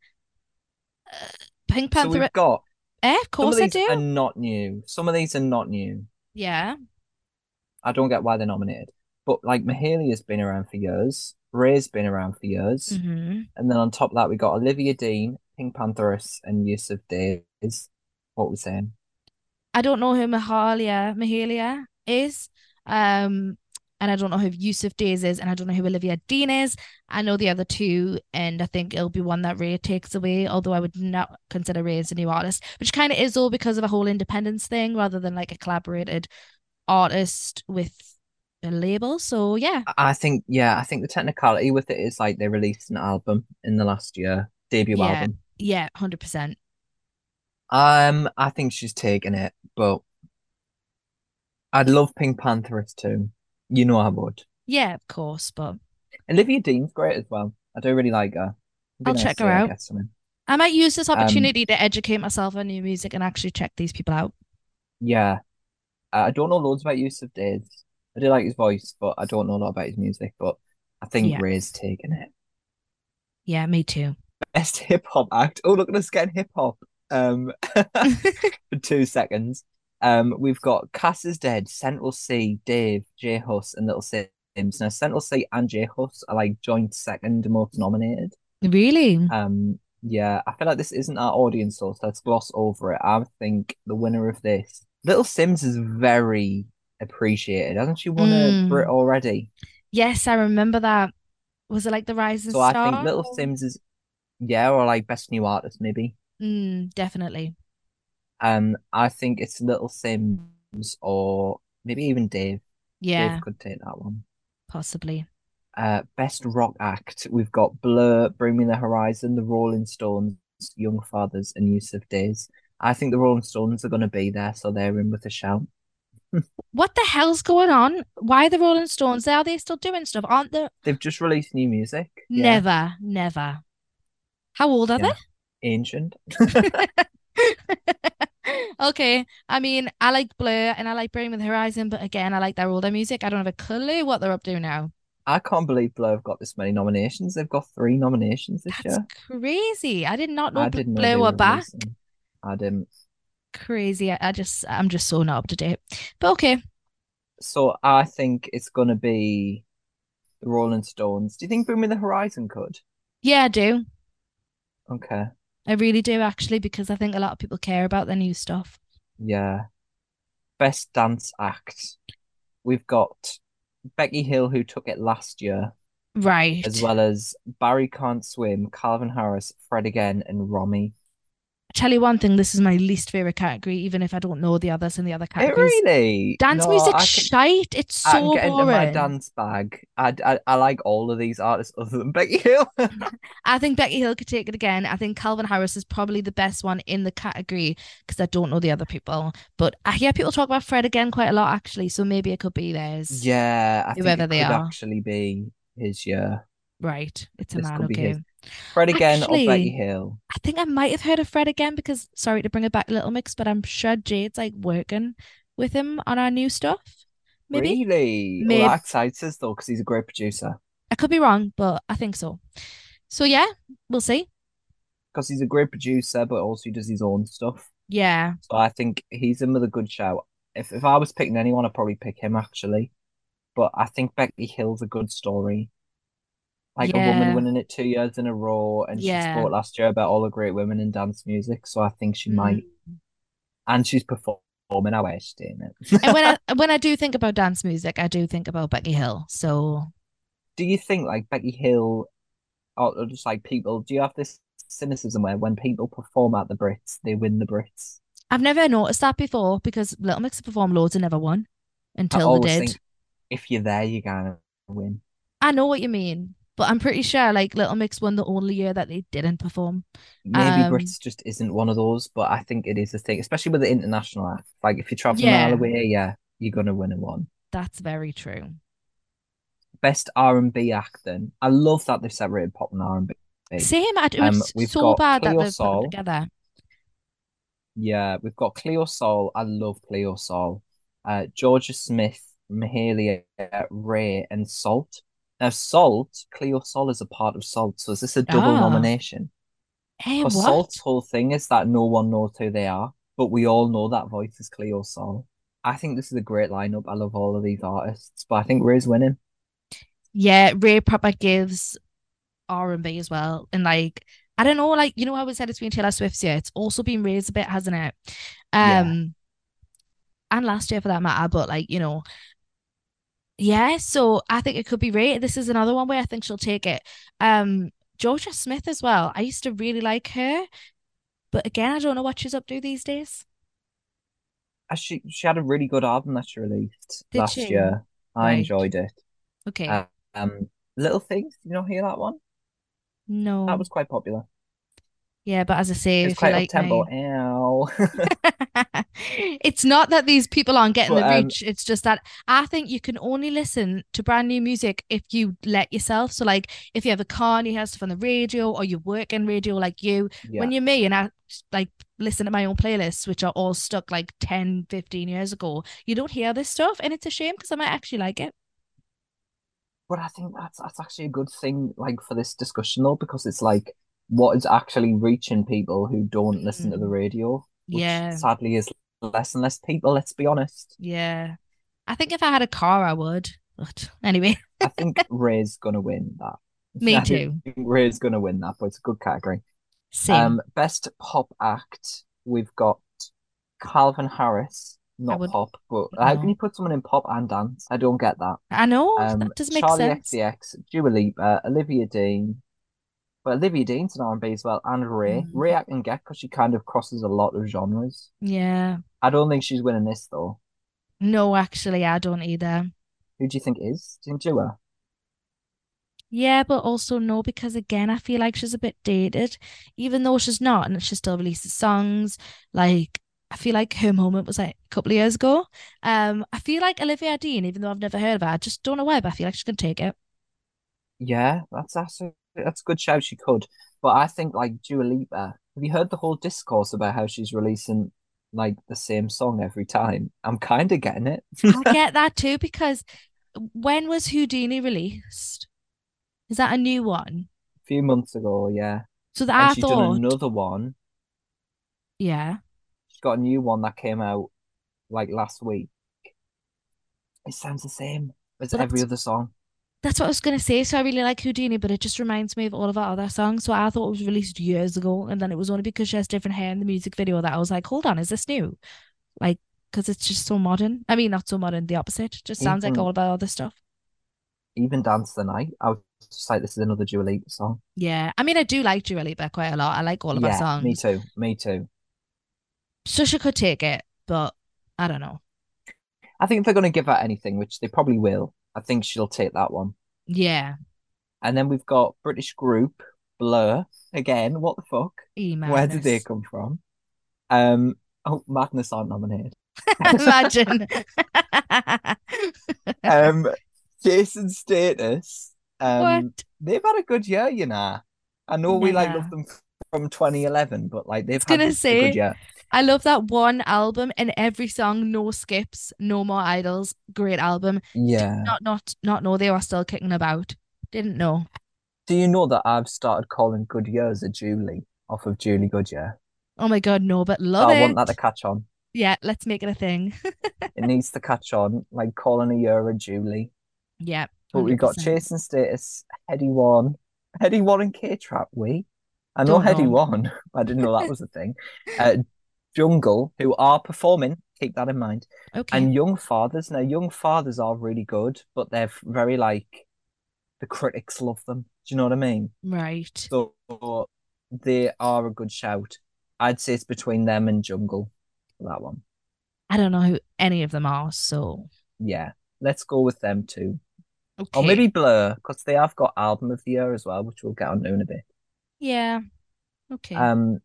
Uh, Pink
So
Panther.
we've got
eh, of
some of
course I
these
do.
are not new. Some of these are not new.
Yeah.
I don't get why they're nominated. But like Mahalia has been around for years. Ray's been around for years.
hmm
And then on top of that, we got Olivia Dean, Pink Pantheress, and Yusuf Days. What was saying?
I don't know who Mahalia Mahalia is. Um, and I don't know who Yusuf Days is, and I don't know who Olivia Dean is. I know the other two, and I think it'll be one that Ray takes away, although I would not consider Ray as a new artist, which kind of is all because of a whole independence thing rather than like a collaborated artist with a label. So yeah.
I- I think, yeah, I think the technicality with it is like they released an album in the last year, debut
Yeah.
album.
Yeah, 100%.
Um, I think she's taking it, but I'd love Pink Pantheress too. You know I would.
Yeah, of course, but
Olivia Dean's great as well. I do really like her. It'd be
I'll
nice
check
to
her
see
out.
Get something.
I might use this
Um,
opportunity to educate myself on new music and actually check these people out.
Yeah, Uh, I don't know loads about Yusuf Days. I do like his voice, but I don't know a lot about his music. But I think
Yeah.
Ray's taking it.
Yeah, me too.
Best hip hop act. Oh, look at us getting hip hop. Um, for two seconds. Um, we've got Cass is dead, Central C, Dave, J Huss, and Little Sims. Now, Central C and J Huss are like joint second most nominated.
Really?
Um, yeah, I feel like this isn't our audience, so let's gloss over it. I think the winner of this, Little Sims, is very appreciated. Hasn't she won
Mm.
a Brit already?
Yes, I remember that. Was it like the Rising
So I
Star?
think Little Sims is, yeah, or like best new artist maybe.
Mm, definitely.
Um, I think it's Little Sims or maybe even Dave.
Yeah,
Dave could take that one.
possibly.
Uh, best rock act. We've got Blur, Bring Me the Horizon, The Rolling Stones, Young Fathers, and Yusuf Days. I think the Rolling Stones are going to be there, so they're in with a shout.
What the hell's going on? Why the Rolling Stones? Are they still doing stuff? Aren't they?
They've just released new music. Yeah.
Never, never. How old are
Yeah. Ancient.
they? Okay. I mean, I like Blur and I like Bring Me the Horizon, but again, I like their older music. I don't have a clue what they're up to now.
I can't believe Blur have got this many nominations. They've got three nominations this
That's
year.
crazy. I did not know
I
Bl-
didn't know
Blur
they
were
were
back.
releasing. I didn't.
Crazy. I, I just, I'm just so not up to date. But okay.
So I think it's going to be the Rolling Stones. Do you think Bring Me the Horizon could?
Yeah, I do.
Okay.
I really do actually, because I think a lot of people care about their new stuff.
Yeah. Best dance act. We've got Becky Hill, who took it last year,
Right.
as well as Barry Can't Swim, Calvin Harris, Fred Again, and Romy.
Tell you one thing, this is my least favorite category, even if I don't know the others in the other
It
categories.
really?
Dance
No,
music
I can,
shite. It's
I can
so
get into my
boring.
dance bag. I, I, I like all of these artists other than Becky Hill.
I think Becky Hill could take it again. I think Calvin Harris is probably the best one in the category because I don't know the other people. But I hear people talk about Fred again quite a lot, actually. So maybe it could be theirs.
Yeah, I think
Whoever
it
they
could
are.
actually be his year.
Right. It's a
This
man.
could be
Okay.
his. Fred Again or
Actually-
Becky Hill.
I think I might have heard of Fred again because, sorry to bring it back a little mix, but I'm sure Jade's like working with him on our new stuff. Maybe.
Really? Well,
Maybe.
that excites us though, because he's a great producer.
I could be wrong, but I think so. So yeah, we'll see.
because he's a great producer, but also he does his own stuff.
Yeah.
So I think he's another good shout. If if I was picking anyone, I'd probably pick him actually. But I think Becky Hill's a good story. Like a
Yeah.
woman winning it two years in a row, and
Yeah.
she spoke last year about all the great women in dance music. So I think she might,
Mm.
and she's performing. I wish she doing it.
Mm. and when I when I do think about dance music, I do think about Becky Hill. So
do you think like Becky Hill, or, or just like people? Do you have this cynicism where when people perform at the Brits, they win the Brits?
I've never noticed that before because Little Mix have performed loads and never won
I
until they
always
did.
think if you're there, you're gonna win.
I know what you mean. But I'm pretty sure like Little Mix won the only year that they didn't perform.
Maybe
Um,
Brits just isn't one of those, but I think it is a thing, especially with the international act. Like if you're traveling
Yeah.
all the way, yeah, you're gonna win a one.
That's very true.
Best R and B act then. I love that they've separated pop and R and B.
Same, I, it
Um,
was
we've
so
got
bad that
Cleo
they've put
Sol.
it together.
Yeah, we've got Cleo Sol. I love Cleo Sol. Uh, Georgia Smith, Mahalia, Ray, and Salt. Now, Salt, Cleo Sol is a part of Salt, so is this a double
Ah.
nomination?
Hey,
Because
what?
Salt's whole thing is that no one knows who they are, but we all know that voice is Cleo Sol. I think this is a great lineup. I love all of these artists, but I think Ray's winning.
Yeah, Ray proper gives R and B as well, and like I don't know, like you know, how we said it's been Taylor Swift's year. It's also been Ray's a bit, hasn't it?
Yeah.
Um, and last year for that matter, but like you know, yeah. So I think it could be Ray. This is another one where I think she'll take it. Um, Georgia Smith as well. I used to really like her, but again, I don't know what she's up to these days.
Uh, She she had a really good album that she released
Did
last
she?
year. I
Right.
enjoyed it.
Okay,
Uh, Um, Little Things, you know, hear that one?
no,
That was quite popular.
Um, yeah, but as I say,
It's
if you
quite
like
up-tempo.
me-
Ow.
it's not that these people aren't getting
But,
the
um,
reach. It's just that I think you can only listen to brand new music if you let yourself. So, like, if you have a car and you have stuff on the radio, or you work in radio, like you,
Yeah.
when you're me and I like listen to my own playlists, which are all stuck like 10, 15 years ago, you don't hear this stuff. And it's a shame because I might actually like it.
But I think that's that's actually a good thing, like for this discussion though, because it's like what is actually reaching people who don't listen to the
Mm.
radio, which
Yeah.
sadly is less and less people, let's be honest.
Yeah. I think if I had a car, I would. But anyway,
I think Ray's gonna win that.
Me
I think Ray's gonna win that, but it's a good category.
same.
Um, best pop act, we've got Calvin Harris, not
would-
pop, but how can
No.
you put someone in pop and dance? I don't get that.
I know
Um,
that doesn't make
Charlie
sense.
XCX, Dua Lipa, Olivia Dean. But Olivia Dean's an R&B as well, and Ray.
Mm.
Ray I can get because she kind of crosses a lot of genres.
Yeah.
I don't think she's winning this though.
No, actually, I don't either.
Who do you think is? Do you think Dua?
Yeah, but also no, because again, I feel like she's a bit dated, even though she's not, and she still releases songs. Like, I feel like her moment was like a couple of years ago. Um, I feel like Olivia Dean, even though I've never heard of her, I just don't know why, but I feel like she can take it.
Yeah, that's that's a, that's a good shout. She could, but I think like Dua Lipa. Have you heard the whole discourse about how she's releasing like the same song every time? I'm kind of getting it.
I get that too, because when was Houdini released? Is that a new one?
A few months ago, yeah,
So
and
that I
she's
thought,
done another one.
yeah,
She's got a new one that came out like last week. It sounds the same as
But
every
that's-
other song.
that's what I was gonna say. So I really like Houdini, but it just reminds me of all of our other songs. So I thought it was released years ago, and then it was only because she has different hair in the music video that I was like, hold on, is this new? Like, because it's just so modern. I mean, not so modern, the opposite. Just sounds like
Mhm.
all of our other stuff.
Even Dance the Night. I was just like, this is another Dua Lipa song.
Yeah, I mean, I do like Dua Lipa quite a lot. I like all of her
Yeah,
songs.
me too. Me too.
So she could take it, but I don't know.
I think if they're going to give her anything, which they probably will, I think she'll take that one.
Yeah,
And then we've got British group Blur again. What the fuck?
e
Where did they
madness.
come from? Um, oh, Madness aren't nominated.
Imagine.
Um, Jason Status. Um,
What?
they've had a good year, you know. I know we like love
Yeah.
them from 2011, but like they've
gonna
had a
say-
good year.
I love that one album and every song, no skips, no more idols. Great album.
Yeah.
Not not not know they were still kicking about. Didn't know.
Do you know that I've started calling Good Years a Julie off of Julie Goodyear?
Oh my god, no, but
So
love
I want
it.
that to catch on.
Yeah, let's make it a thing.
It needs to catch on, like calling a year a Julie.
yeah.
But we got
100%.
Chasing Status, Heady One, Heady One and K Trap. We, I know
Don't
Heady
know.
One. I didn't know that was a thing. Uh, Jungle, who are performing. Keep that in mind.
Okay.
And young fathers. Now, young fathers are really good, but they're f- very like the critics love them. Do you know what I mean?
right.
So they are a good shout. I'd say it's between them and Jungle for that one.
I don't know who any of them are, so
Yeah, let's go with them too.
Okay.
Or maybe Blur, because they have got album of the year as well, which we'll get on to in a bit.
Yeah. Okay.
Um,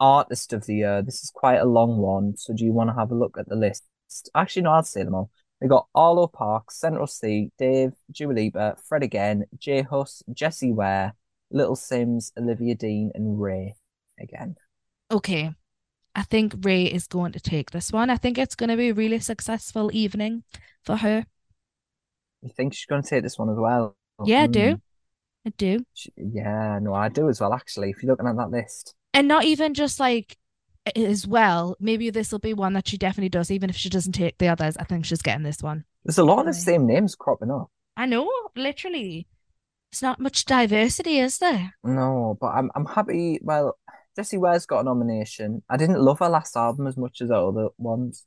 artist of the year. This is quite a long one, so do you want to have a look at the list? Actually, no, I'll say them all. We got Arlo Park, Central C, Dave, Dua Lipa, Fred again, Jay Huss, Jesse Ware, Little Sims, Olivia Dean, and Ray again.
okay. I think Ray is going to take this one. I think it's going to be a really successful evening for her.
You think she's going to take this one as well?
Yeah, I do.
Mm,
I do.
sh- yeah, no, I do as well. Actually, if you're looking at that list,
and not even just like a- as well maybe this will be one that she definitely does even if she doesn't take the others i think she's getting this one
there's a lot of the
Right.
same names cropping up.
i know literally it's not much diversity is there
No, but I'm I'm happy. Well, Jessie Ware's got a nomination. I didn't love her last album as much as her other ones,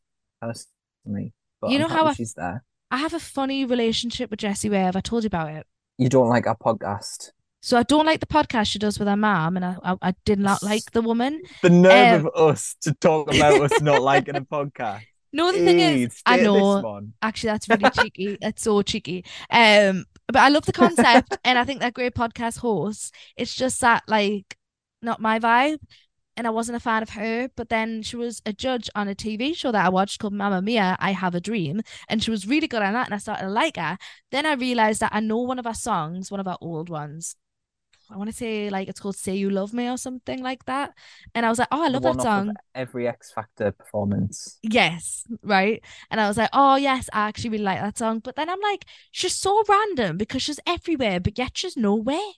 personally. But
You
I'm
know how
happy
I-
she's there.
i have a funny relationship with jessie ware have i told you about it
You don't like our podcast.
so i don't like the podcast she does with her mom and i i, I did not like the woman
The
nerve
nerve
Um,
of us to talk about us not liking a podcast.
no the thing is i know
one.
Actually, that's really cheeky. That's so cheeky. Um, but I love the concept, and I think they're great podcast hosts. It's just that like not my vibe, and I wasn't a fan of her. But then she was a judge on a TV show that I watched called Mamma Mia, I Have a Dream, and she was really good on that, and I started to like her. Then I realized that I know one of her songs, one of her old ones. I want to say like it's called "Say You Love Me" or something like that, and I was like, oh, I love that song.
Every X Factor performance.
Yes, right. And I was like, oh, yes, I actually really like that song. But then I'm like, she's so random because she's everywhere, but yet she's nowhere.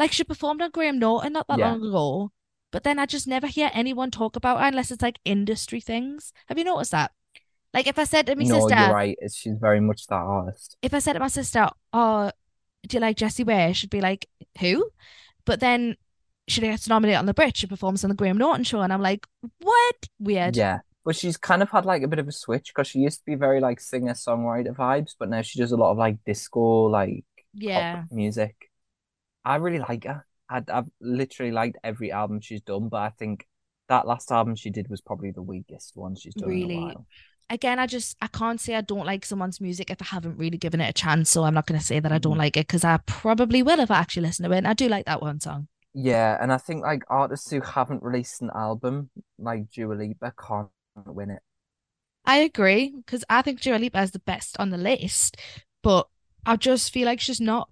Like she performed on Graham Norton not that
Yeah.
long ago, but then I just never hear anyone talk about her unless it's like industry things. Have you noticed that? Like if I said to my
no,
sister,
you're right. It's, she's very much that artist.
if I said to my sister, "Oh, do you like Jessie Ware?" She'd be like, "Who?" But then she gets nominated on the Brit. She performs on the Graham Norton show, and I'm like, "What? Weird."
Yeah. But she's kind of had like a bit of a switch because she used to be very like singer songwriter vibes, but now she does a lot of like disco, like
Yeah.
pop music. I really like her. i I've literally liked every album she's done, but I think that last album she did was probably the weakest one she's done
Really?
in a while.
again, I just I can't say I don't like someone's music if I haven't really given it a chance. So I'm not going to say that I don't
Mhm.
like it because I probably will if I actually listen to it. And I do like that one song.
Yeah, and I think like artists who haven't released an album, like Dua Lipa, can't win it.
I agree because I think Dua Lipa is the best on the list, but I just feel like she's not.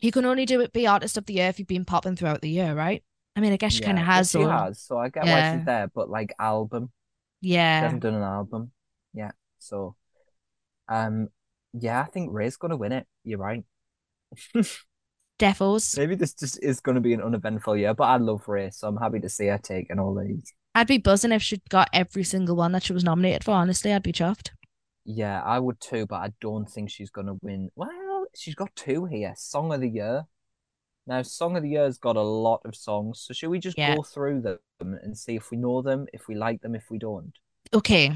You can only do it be artist of the year if you've been popping throughout the year, right? I mean, I guess she kind
Yeah,
of
well,
has,
she
though.
has, so I get why
Yeah.
she's there, but like album, she
Yeah,
hasn't done an album yet. So, um, yeah, I think Ray's gonna win it. You're right.
Defos.
Maybe this just is going to be an uneventful year, but I love Ray, so I'm happy to see her taking all these.
I'd be buzzing if she'd got every single one that she was nominated for. Honestly, I'd be chuffed.
Yeah, I would too, but I don't think she's going to win. Well, she's got two here Song of the Year. Now, Song of the Year's got a lot of songs, so should we just
Yeah.
go through them and see if we know them, if we like them, if we don't?
Okay.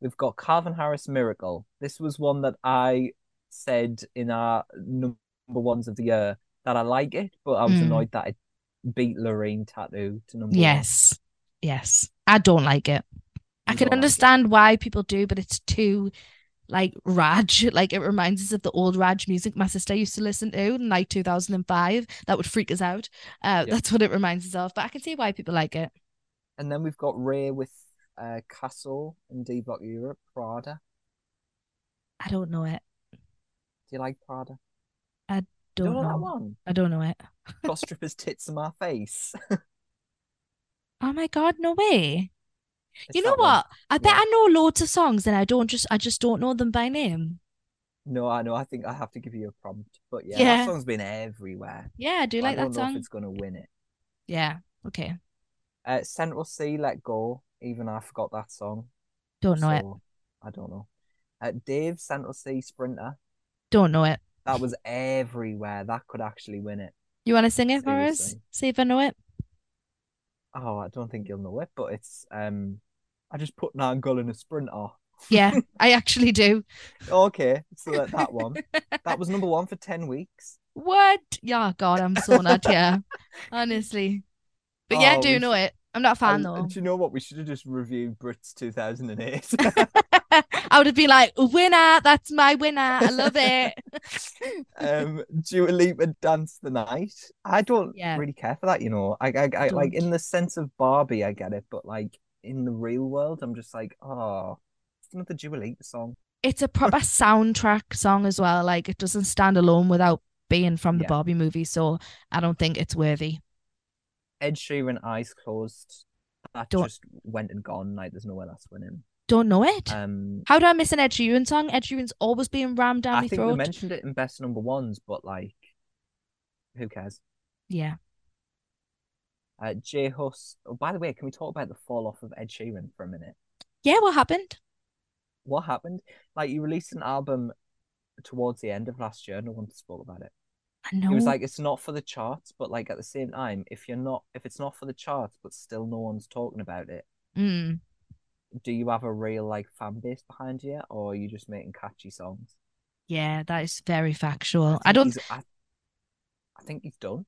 We've got Calvin Harris Miracle. This was one that I said in our number ones of the year that I like it, but I was
Mm.
annoyed that it beat Lorraine Tattoo to number one.
Yes. Yes. I don't like it. I can
You don't like it.
understand why people do, but it's too like Raj. Like it reminds us of the old Raj music my sister used to listen to in like 2005. That would freak us out. Uh,
Yeah.
That's what it reminds us of. But I can see why people like it.
And then we've got Ray with uh, Castle and D Block Europe, Prada.
I don't know it.
Do you like Prada?
Don't
know that
know.
one.
I don't know it.
Got strippers' tits in my face.
Oh my God, no way.
It's
You know
that one.
what? I bet
Yeah.
I know loads of songs and I don't just I just don't know them by name.
No, I know. I think I have to give you a prompt. But yeah,
Yeah.
that song's been everywhere.
Yeah, I do like
I
that
don't know if
song.
it's going to win it.
Yeah. Okay.
Uh, Central Sea, Let Go. Even I forgot that song.
Don't know it.
so I don't know. Uh, Dave, Central Sea, Sprinter.
Don't know it.
That was everywhere. That could actually win it.
You want to sing it for us?
Seriously.
See if I know it.
Oh, I don't think you'll know it, but it's um, I just put an girl in a sprinter.
Yeah, I actually do.
Okay, so that, that one. That was number one for 10 weeks.
What? Yeah, God, I'm so not here. Honestly. But yeah, I
Oh,
do
we
know it. I'm not a fan
And-
though.
and do you know what? We should have just reviewed Brits 2008.
I would have been like, winner, that's my winner. I love it.
um Dua Lipa dance the night. I don't
Yeah.
really care for that, you know. I, I, I like in the sense of Barbie, I get it, but like in the real world, I'm just like, oh, it's another Dua Lipa song.
it's a proper soundtrack song as well. Like it doesn't stand alone without being from the
Yeah.
Barbie movie. So I don't think it's worthy.
Ed Sheeran, Eyes Closed. That
Don't-
just went and gone. Like there's nowhere that's winning.
Don't know it.
Um,
How do I miss an Ed Sheeran song? Ed Sheeran's always being rammed down
I
my
think
throat.
we mentioned it in best number ones, but like, who cares?
yeah.
Uh, J Hus. Oh, by the way, can we talk about the fall off of Ed Sheeran for a minute?
Yeah, what happened?
What happened? Like, you released an album towards the end of last year. No one spoke about it.
I know.
It was like it's not for the charts, but like at the same time, if you're not, if it's not for the charts, but still no one's talking about it,
Mm.
do you have a real like fan base behind you, or are you just making catchy songs?
Yeah, that is very factual. I
think
don't
he's- I, I think he's done.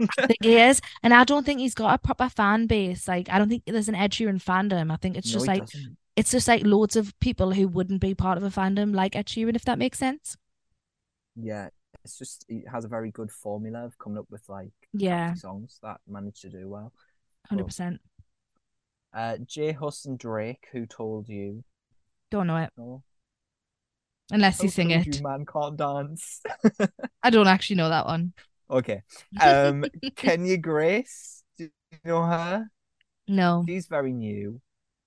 think he is. And I don't think he's got a proper fan base. Like, I don't think there's an Ed Sheeran fandom. I think it's
No,
just
he
like,
doesn't.
it's just like loads of people who wouldn't be part of a fandom like Ed Sheeran, if that makes sense.
Yeah, it's just it has a very good formula of coming up with like
Yeah,
catchy songs that manage to do well.
100%.
Uh, Jay Huss and Drake, who told you?
Don't know it
No,
unless
Who
you sing
told
it.
You man can't dance.
I don't actually know that one.
okay, um, Kenya Grace, do you know her?
no.
She's very new.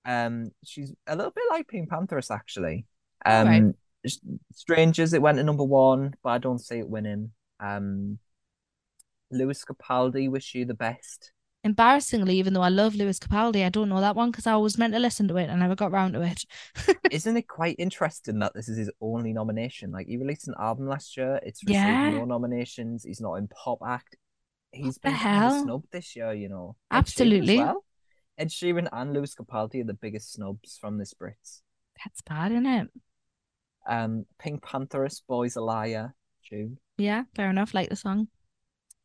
Um, she's a little bit like Pink Panthers actually. Um,
Alright.
s- Strangers, it went to number one, but I don't see it winning. Um, Lewis Capaldi, wish you the best.
Embarrassingly, even though I love Lewis Capaldi, I don't know that one because I was meant to listen to it and I never got round to it.
Isn't it quite interesting that this is his only nomination? Like he released an album last year, it's received
Yeah.
no nominations. He's not in pop act. He's
the
been kind of
hell?
snubbed this year, you know. Ed Sheeran as
Absolutely.
well. Ed Sheeran and Lewis Capaldi are the biggest snubs from this Brits.
That's bad, isn't it?
Um, Pink Pantherist, Boys a Liar, tune.
Yeah, fair enough. Like the song.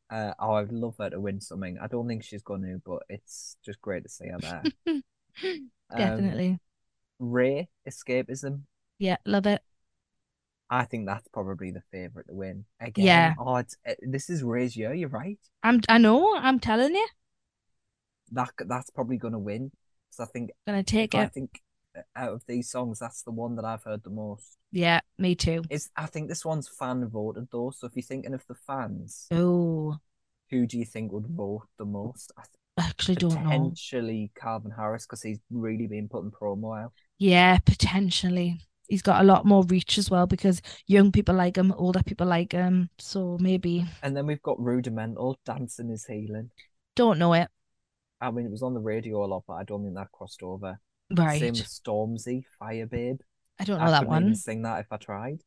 Uh, oh, I'd love her to win something. I don't think she's going to, but it's just great to see her there. Um,
Definitely.
Ray, Escapism.
Yeah, love it.
I think that's probably the favorite to win again.
Yeah.
Oh, it's, uh, this is Ray's year. You're right.
I'm. I know. I'm telling you,
That that's probably going to win. So I think
gonna take
I
it.
think uh, out of these songs, that's the one that I've heard the most.
Yeah, me too.
Is I think this one's fan voted though. So if you're thinking of the fans,
Oh,
who do you think would vote the most? I
I actually
think
don't know.
potentially Calvin Harris because he's really been putting promo out.
Yeah, potentially. He's got a lot more reach as well because young people like him, older people like him. So maybe
And then we've got Rudimental, Dancing is Healing.
don't know it.
I mean, it was on the radio a lot, but I don't think that crossed over.
Right.
Same with Stormzy, Fire Babe.
I don't know
I
that
couldn't even
one.
sing that if I tried.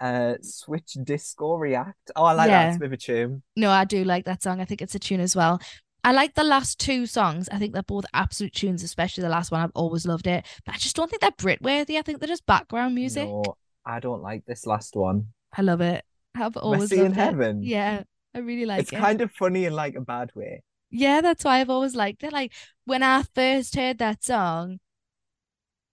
Uh, Switch Disco React. Oh, I like that. It's a bit of a tune.
No, I do like that song. I think it's a tune as well. I like the last two songs. I think they're both absolute tunes, especially the last one. I've always loved it. But I just don't think they're Brit worthy. I think they're just background music.
No, I don't like this last one.
I love it. I've always
Messy in
loved it.
Heaven.
Yeah, I really like
it's
it.
kind of funny in like a bad way.
Yeah, that's why I've always liked it. Like when I first heard that song,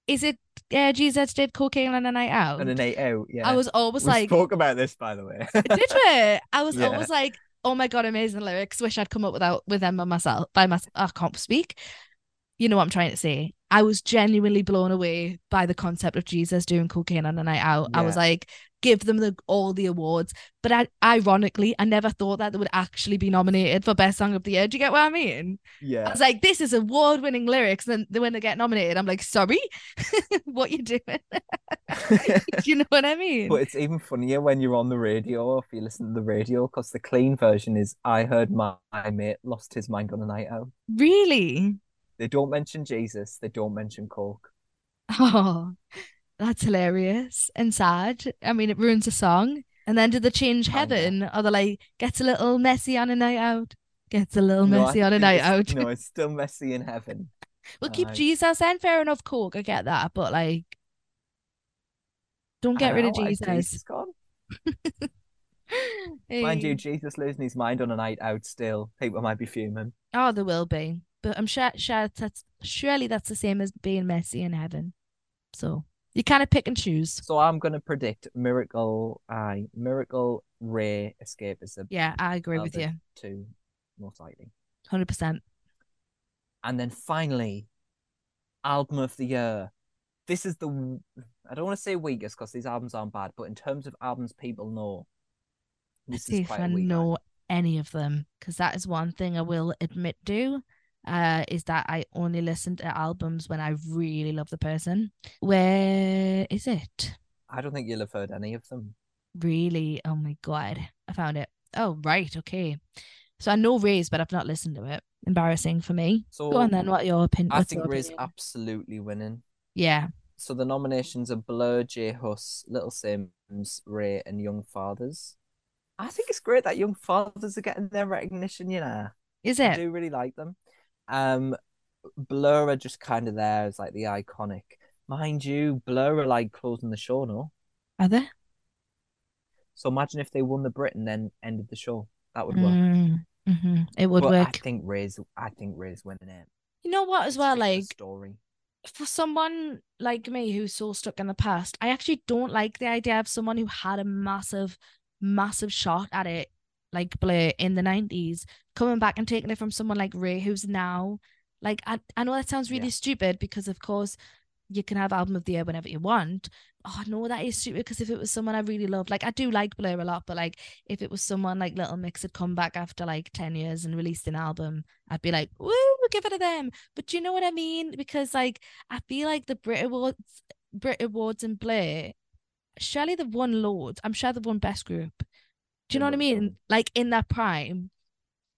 is it uh, Jesus did cocaine on a night out?
And an eight out. Yeah.
I was always
we
like,
spoke about this by the way.
did we? I was
Yeah.
always like, oh my god, amazing lyrics. Wish I'd come up without with them by myself. By myself, I can't speak. You know what I'm trying to say. I was genuinely blown away by the concept of Jesus doing cocaine on a night out. I was
Yeah.
like, give them the all the awards. But I, ironically, I never thought that they would actually be nominated for best song of the year. Do you get what I mean? I
yeah.
was like, this is award-winning lyrics, and then when they get nominated, I'm like, sorry, what you doing? Do you know what I mean?
But it's even funnier when you're on the radio or if you listen to the radio because the clean version is I heard my my mate lost his mind on a night out.
Really?
They don't mention Jesus, they don't mention Coke.
Oh, that's hilarious and sad. I mean, it ruins the song. And then do they change
Kinda.
heaven? Are they like, gets a little messy on a night out? Gets a little
No, I
messy on a
think
night
it's-
out.
No, it's still messy in heaven.
We'll keep
Aye.
Jesus and fair enough, Coke. I get that. But like, don't get rid of
Oh, I know, I-
Jesus.
Jesus gone. Mind you, Jesus losing his mind on a night out still. People might be fuming.
Oh, there will be. But I'm sure, sure that's surely that's the same as being messy in heaven. So you kind of pick and choose.
So I'm going to predict Miracle I Miracle Ray Escape is the
Yeah, I agree
are
with
the
you.
two most likely.
Hundred percent.
And then finally, album of the year. This is the w- I don't want to say weakest because these albums aren't bad, but in terms of albums people know,
Let's
this
see
is
if
quite
I
a weak
know
album.
any of them, because that is one thing I will admit to, uh, is that I only listen to albums when I really love the person. Where is it?
I don't think you'll have heard any of them.
Really? Oh my god, I found it. Oh right, okay. So I know Ray's, but I've not listened to it. Embarrassing for me.
So
Go on then. What your opinion?
I think Ray's absolutely winning.
Yeah,
So the nominations are Blur, J Hus, Little Sims, Ray, and Young Fathers. I think it's great that Young Fathers are getting their recognition, you know.
is
I
it?
do really like them. Um, Blur are just kind of there as like the iconic. Mind you, Blur are like closing the show now.
Are they?
So imagine if they won the Britain then ended the show. That would work.
Mm, mhm. It would
but I
work.
think Ray's I think Ray's winning it.
You know what? As
It's
well,
just the
like
story.
for someone like me who's so stuck in the past, I actually don't like the idea of someone who had a massive, massive shot at it, like Blur in the 90s, coming back and taking it from someone like Ray, who's now, like, I, I know that sounds really
Yeah.
stupid because, of course, you can have album of the year whenever you want. Oh, no, that is stupid because if it was someone I really loved, like, I do like Blur a lot, but like, if it was someone like Little Mix had come back after like 10 years and released an album, I'd be like, woo, give it to them. But do you know what I mean? Because, like, I feel like the Brit Awards, Brit Awards and Blair, surely they've won loads. I'm sure they've won Best Group. Do you
They
know what I
would have
mean?
done.
Like in that prime.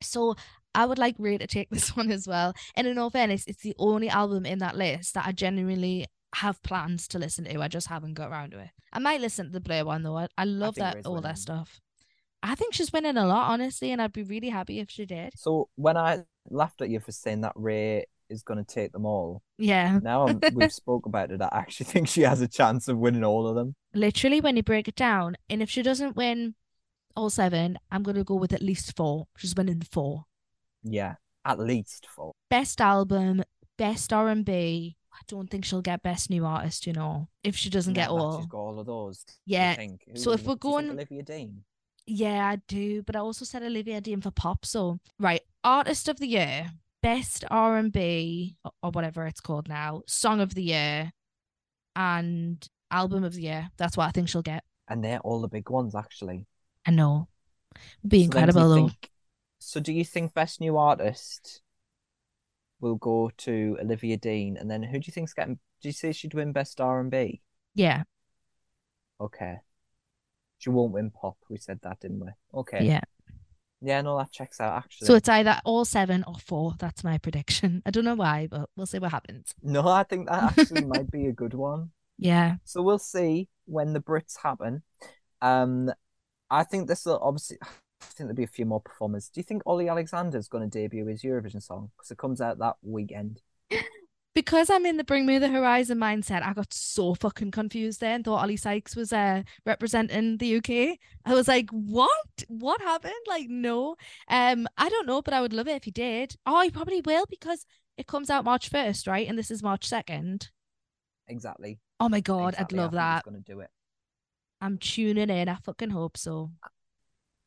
So I would like Ray to take this one as well. And in all fairness, it's the only album in that list that I genuinely have plans to listen to. I just haven't got around to it. I might listen to the Blair one though. I, I love
think
that
Ray's
all
winning.
that stuff. I think she's winning a lot, honestly, and I'd be really happy if she did.
So when I laughed at you for saying that Ray is gonna take them all,
Yeah.
now I'm, we've spoke about it, I actually think she has a chance of winning all of them.
literally when you break it down and if she doesn't win all seven i'm going to go with at least four she's winning four
Yeah. At least four.
best album best r&b i don't think she'll get best new artist you know if she doesn't get
Nah, nah, She's
all
got all of those. do you
Yeah,
think?
so if we're
Ooh, do you think
going-
Olivia Dean.
yeah i do but i also said olivia dean for pop so right artist of the year best r&b or- or whatever it's called now song of the year and album of the year that's what i think she'll get
and they're all the big ones actually.
i know be
So then do you
incredible though
think- so do you think best new artist will go to Olivia Dean, and then who do you think's getting? Do you say she'd win best R and B?
yeah
Okay, she won't win pop. We said that, didn't we? Okay,
yeah
yeah, no, that checks out actually.
So it's either all seven or four. That's my prediction. I don't know why, but we'll see what happens.
no, I think that actually might be a good one.
Yeah.
So we'll see when the Brits happen. Um, I think this will obviously. I think there'll be a few more performers. Do you think Ollie Alexander's going to debut his Eurovision song because it comes out that weekend?
Because I'm in the Bring Me the Horizon mindset, I got so fucking confused there and thought Ollie Sykes was uh, representing the UK. I was like, what? What happened? Like, no. Um, I don't know, but I would love it if he did. Oh, he probably will because it comes out March 1st, right? And this is March 2nd.
Exactly.
Oh my God,
exactly.
I'd love
I
that.
think he's gonna do it.
I'm tuning in. I fucking hope so.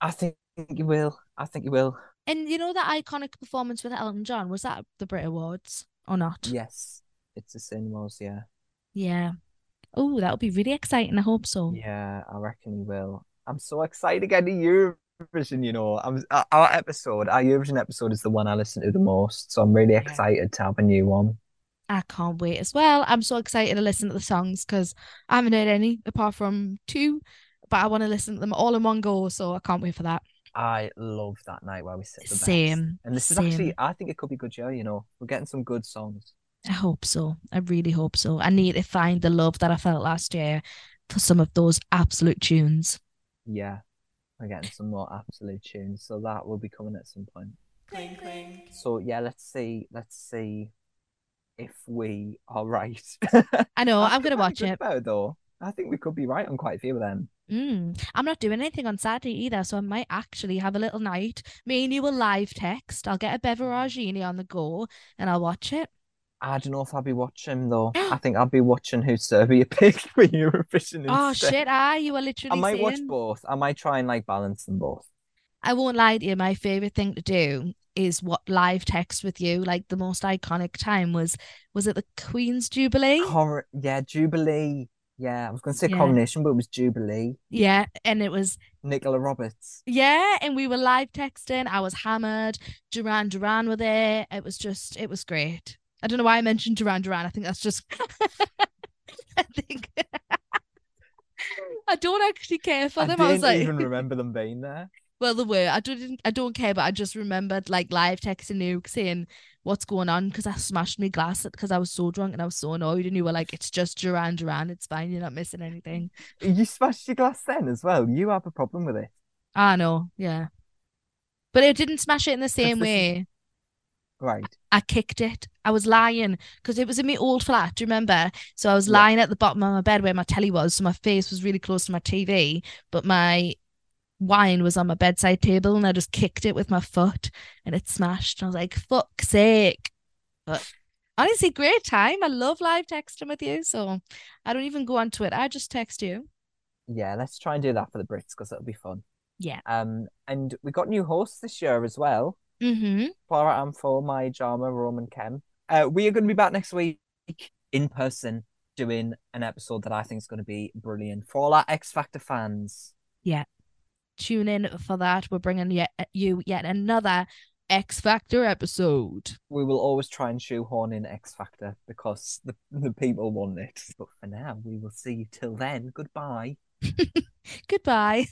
I think he will. I think he will.
And you know that iconic performance with Elton John? Was that the Brit Awards or not?
Yes, it's the cinemas. Yeah,
Yeah. Oh, that would be really exciting. I hope so.
yeah. I reckon he will. I'm so excited to get the Eurovision. You know, I'm our- our episode, our Eurovision episode is the one I listen to the most. So I'm really excited to have a new one.
I can't wait as well. I'm so excited to listen to the songs because I haven't heard any apart from two, but I want to listen to them all in one go. So I can't wait for that.
I love that night where we sit. The best.
Same,
And this is actually, I think it could be good year. You know, we're getting some good songs.
I hope so. I really hope so. I need to find the love that I felt last year for some of those absolute tunes.
Yeah, we're getting some more absolute tunes. So that will be coming at some point.
Cling, cling.
So yeah, let's see. Let's see if we are right.
I know, Oh, I'm
feel
going to
pretty
watch
good
it.
about though. I think we could be right on quite a few of them.
Mm. I'm not doing anything on Saturday either, so I might actually have a little
Mm.
night. Me and you will live text. I'll get a beveragini on the go and I'll watch it.
I don't know if I'll be watching though. I think I'll be watching who Serbia picked for Eurovision.
Oh
instead.
shit! Ah, you are
I
literally.
might watch
saying-
both. I might try and like balance them both.
I won't lie to you. My favorite thing to do is what live text with you. Like the most iconic time was was it the Queen's Jubilee?
Cor- yeah, Jubilee. Yeah, I was going to say
Yeah.
coronation, but it was Jubilee.
Yeah, and it was
Nicola Roberts.
yeah, and we were live texting. I was hammered. Duran Duran were there. It was just it was great. I don't know why I mentioned Duran Duran. I think that's just I think I don't actually care for
I
them.
didn't
I was like
even remember them being there.
Well, there were. I don't. I don't care, but I just remembered like live texting you saying what's going on because I smashed my glass because I was so drunk and I was so annoyed, and you were like, "It's just Duran Duran. It's fine. You're not missing anything."
You smashed your glass then as well. You have a problem with it.
I know. Yeah, but it didn't smash it in the same
this is-
way.
Right.
I kicked it. I was lying because it was in my old flat. Do you remember? So I was
Yeah.
lying at the bottom of my bed where my telly was, so my face was really close to my TV, but my wine was on my bedside table, and I just kicked it with my foot, and it smashed. And I was like, "Fuck's sake!" But honestly, great time. I love live texting with you, so I don't even go on Twitter. I just text you.
Yeah, let's try and do that for the Brits because that'll be fun.
Yeah.
Um, and we got new hosts this year as well.
Mm-hmm.
Clara Amphor, my Jama, Roman Kem. Uh, we are going to be back next week in person doing an episode that I think is going to be brilliant for all our X Factor fans.
Tune in for that. We're bringing yet you yet another X Factor episode.
we will always try and shoehorn in X Factor because the, the people want it. But for now, we will see you till then. Goodbye.
Goodbye.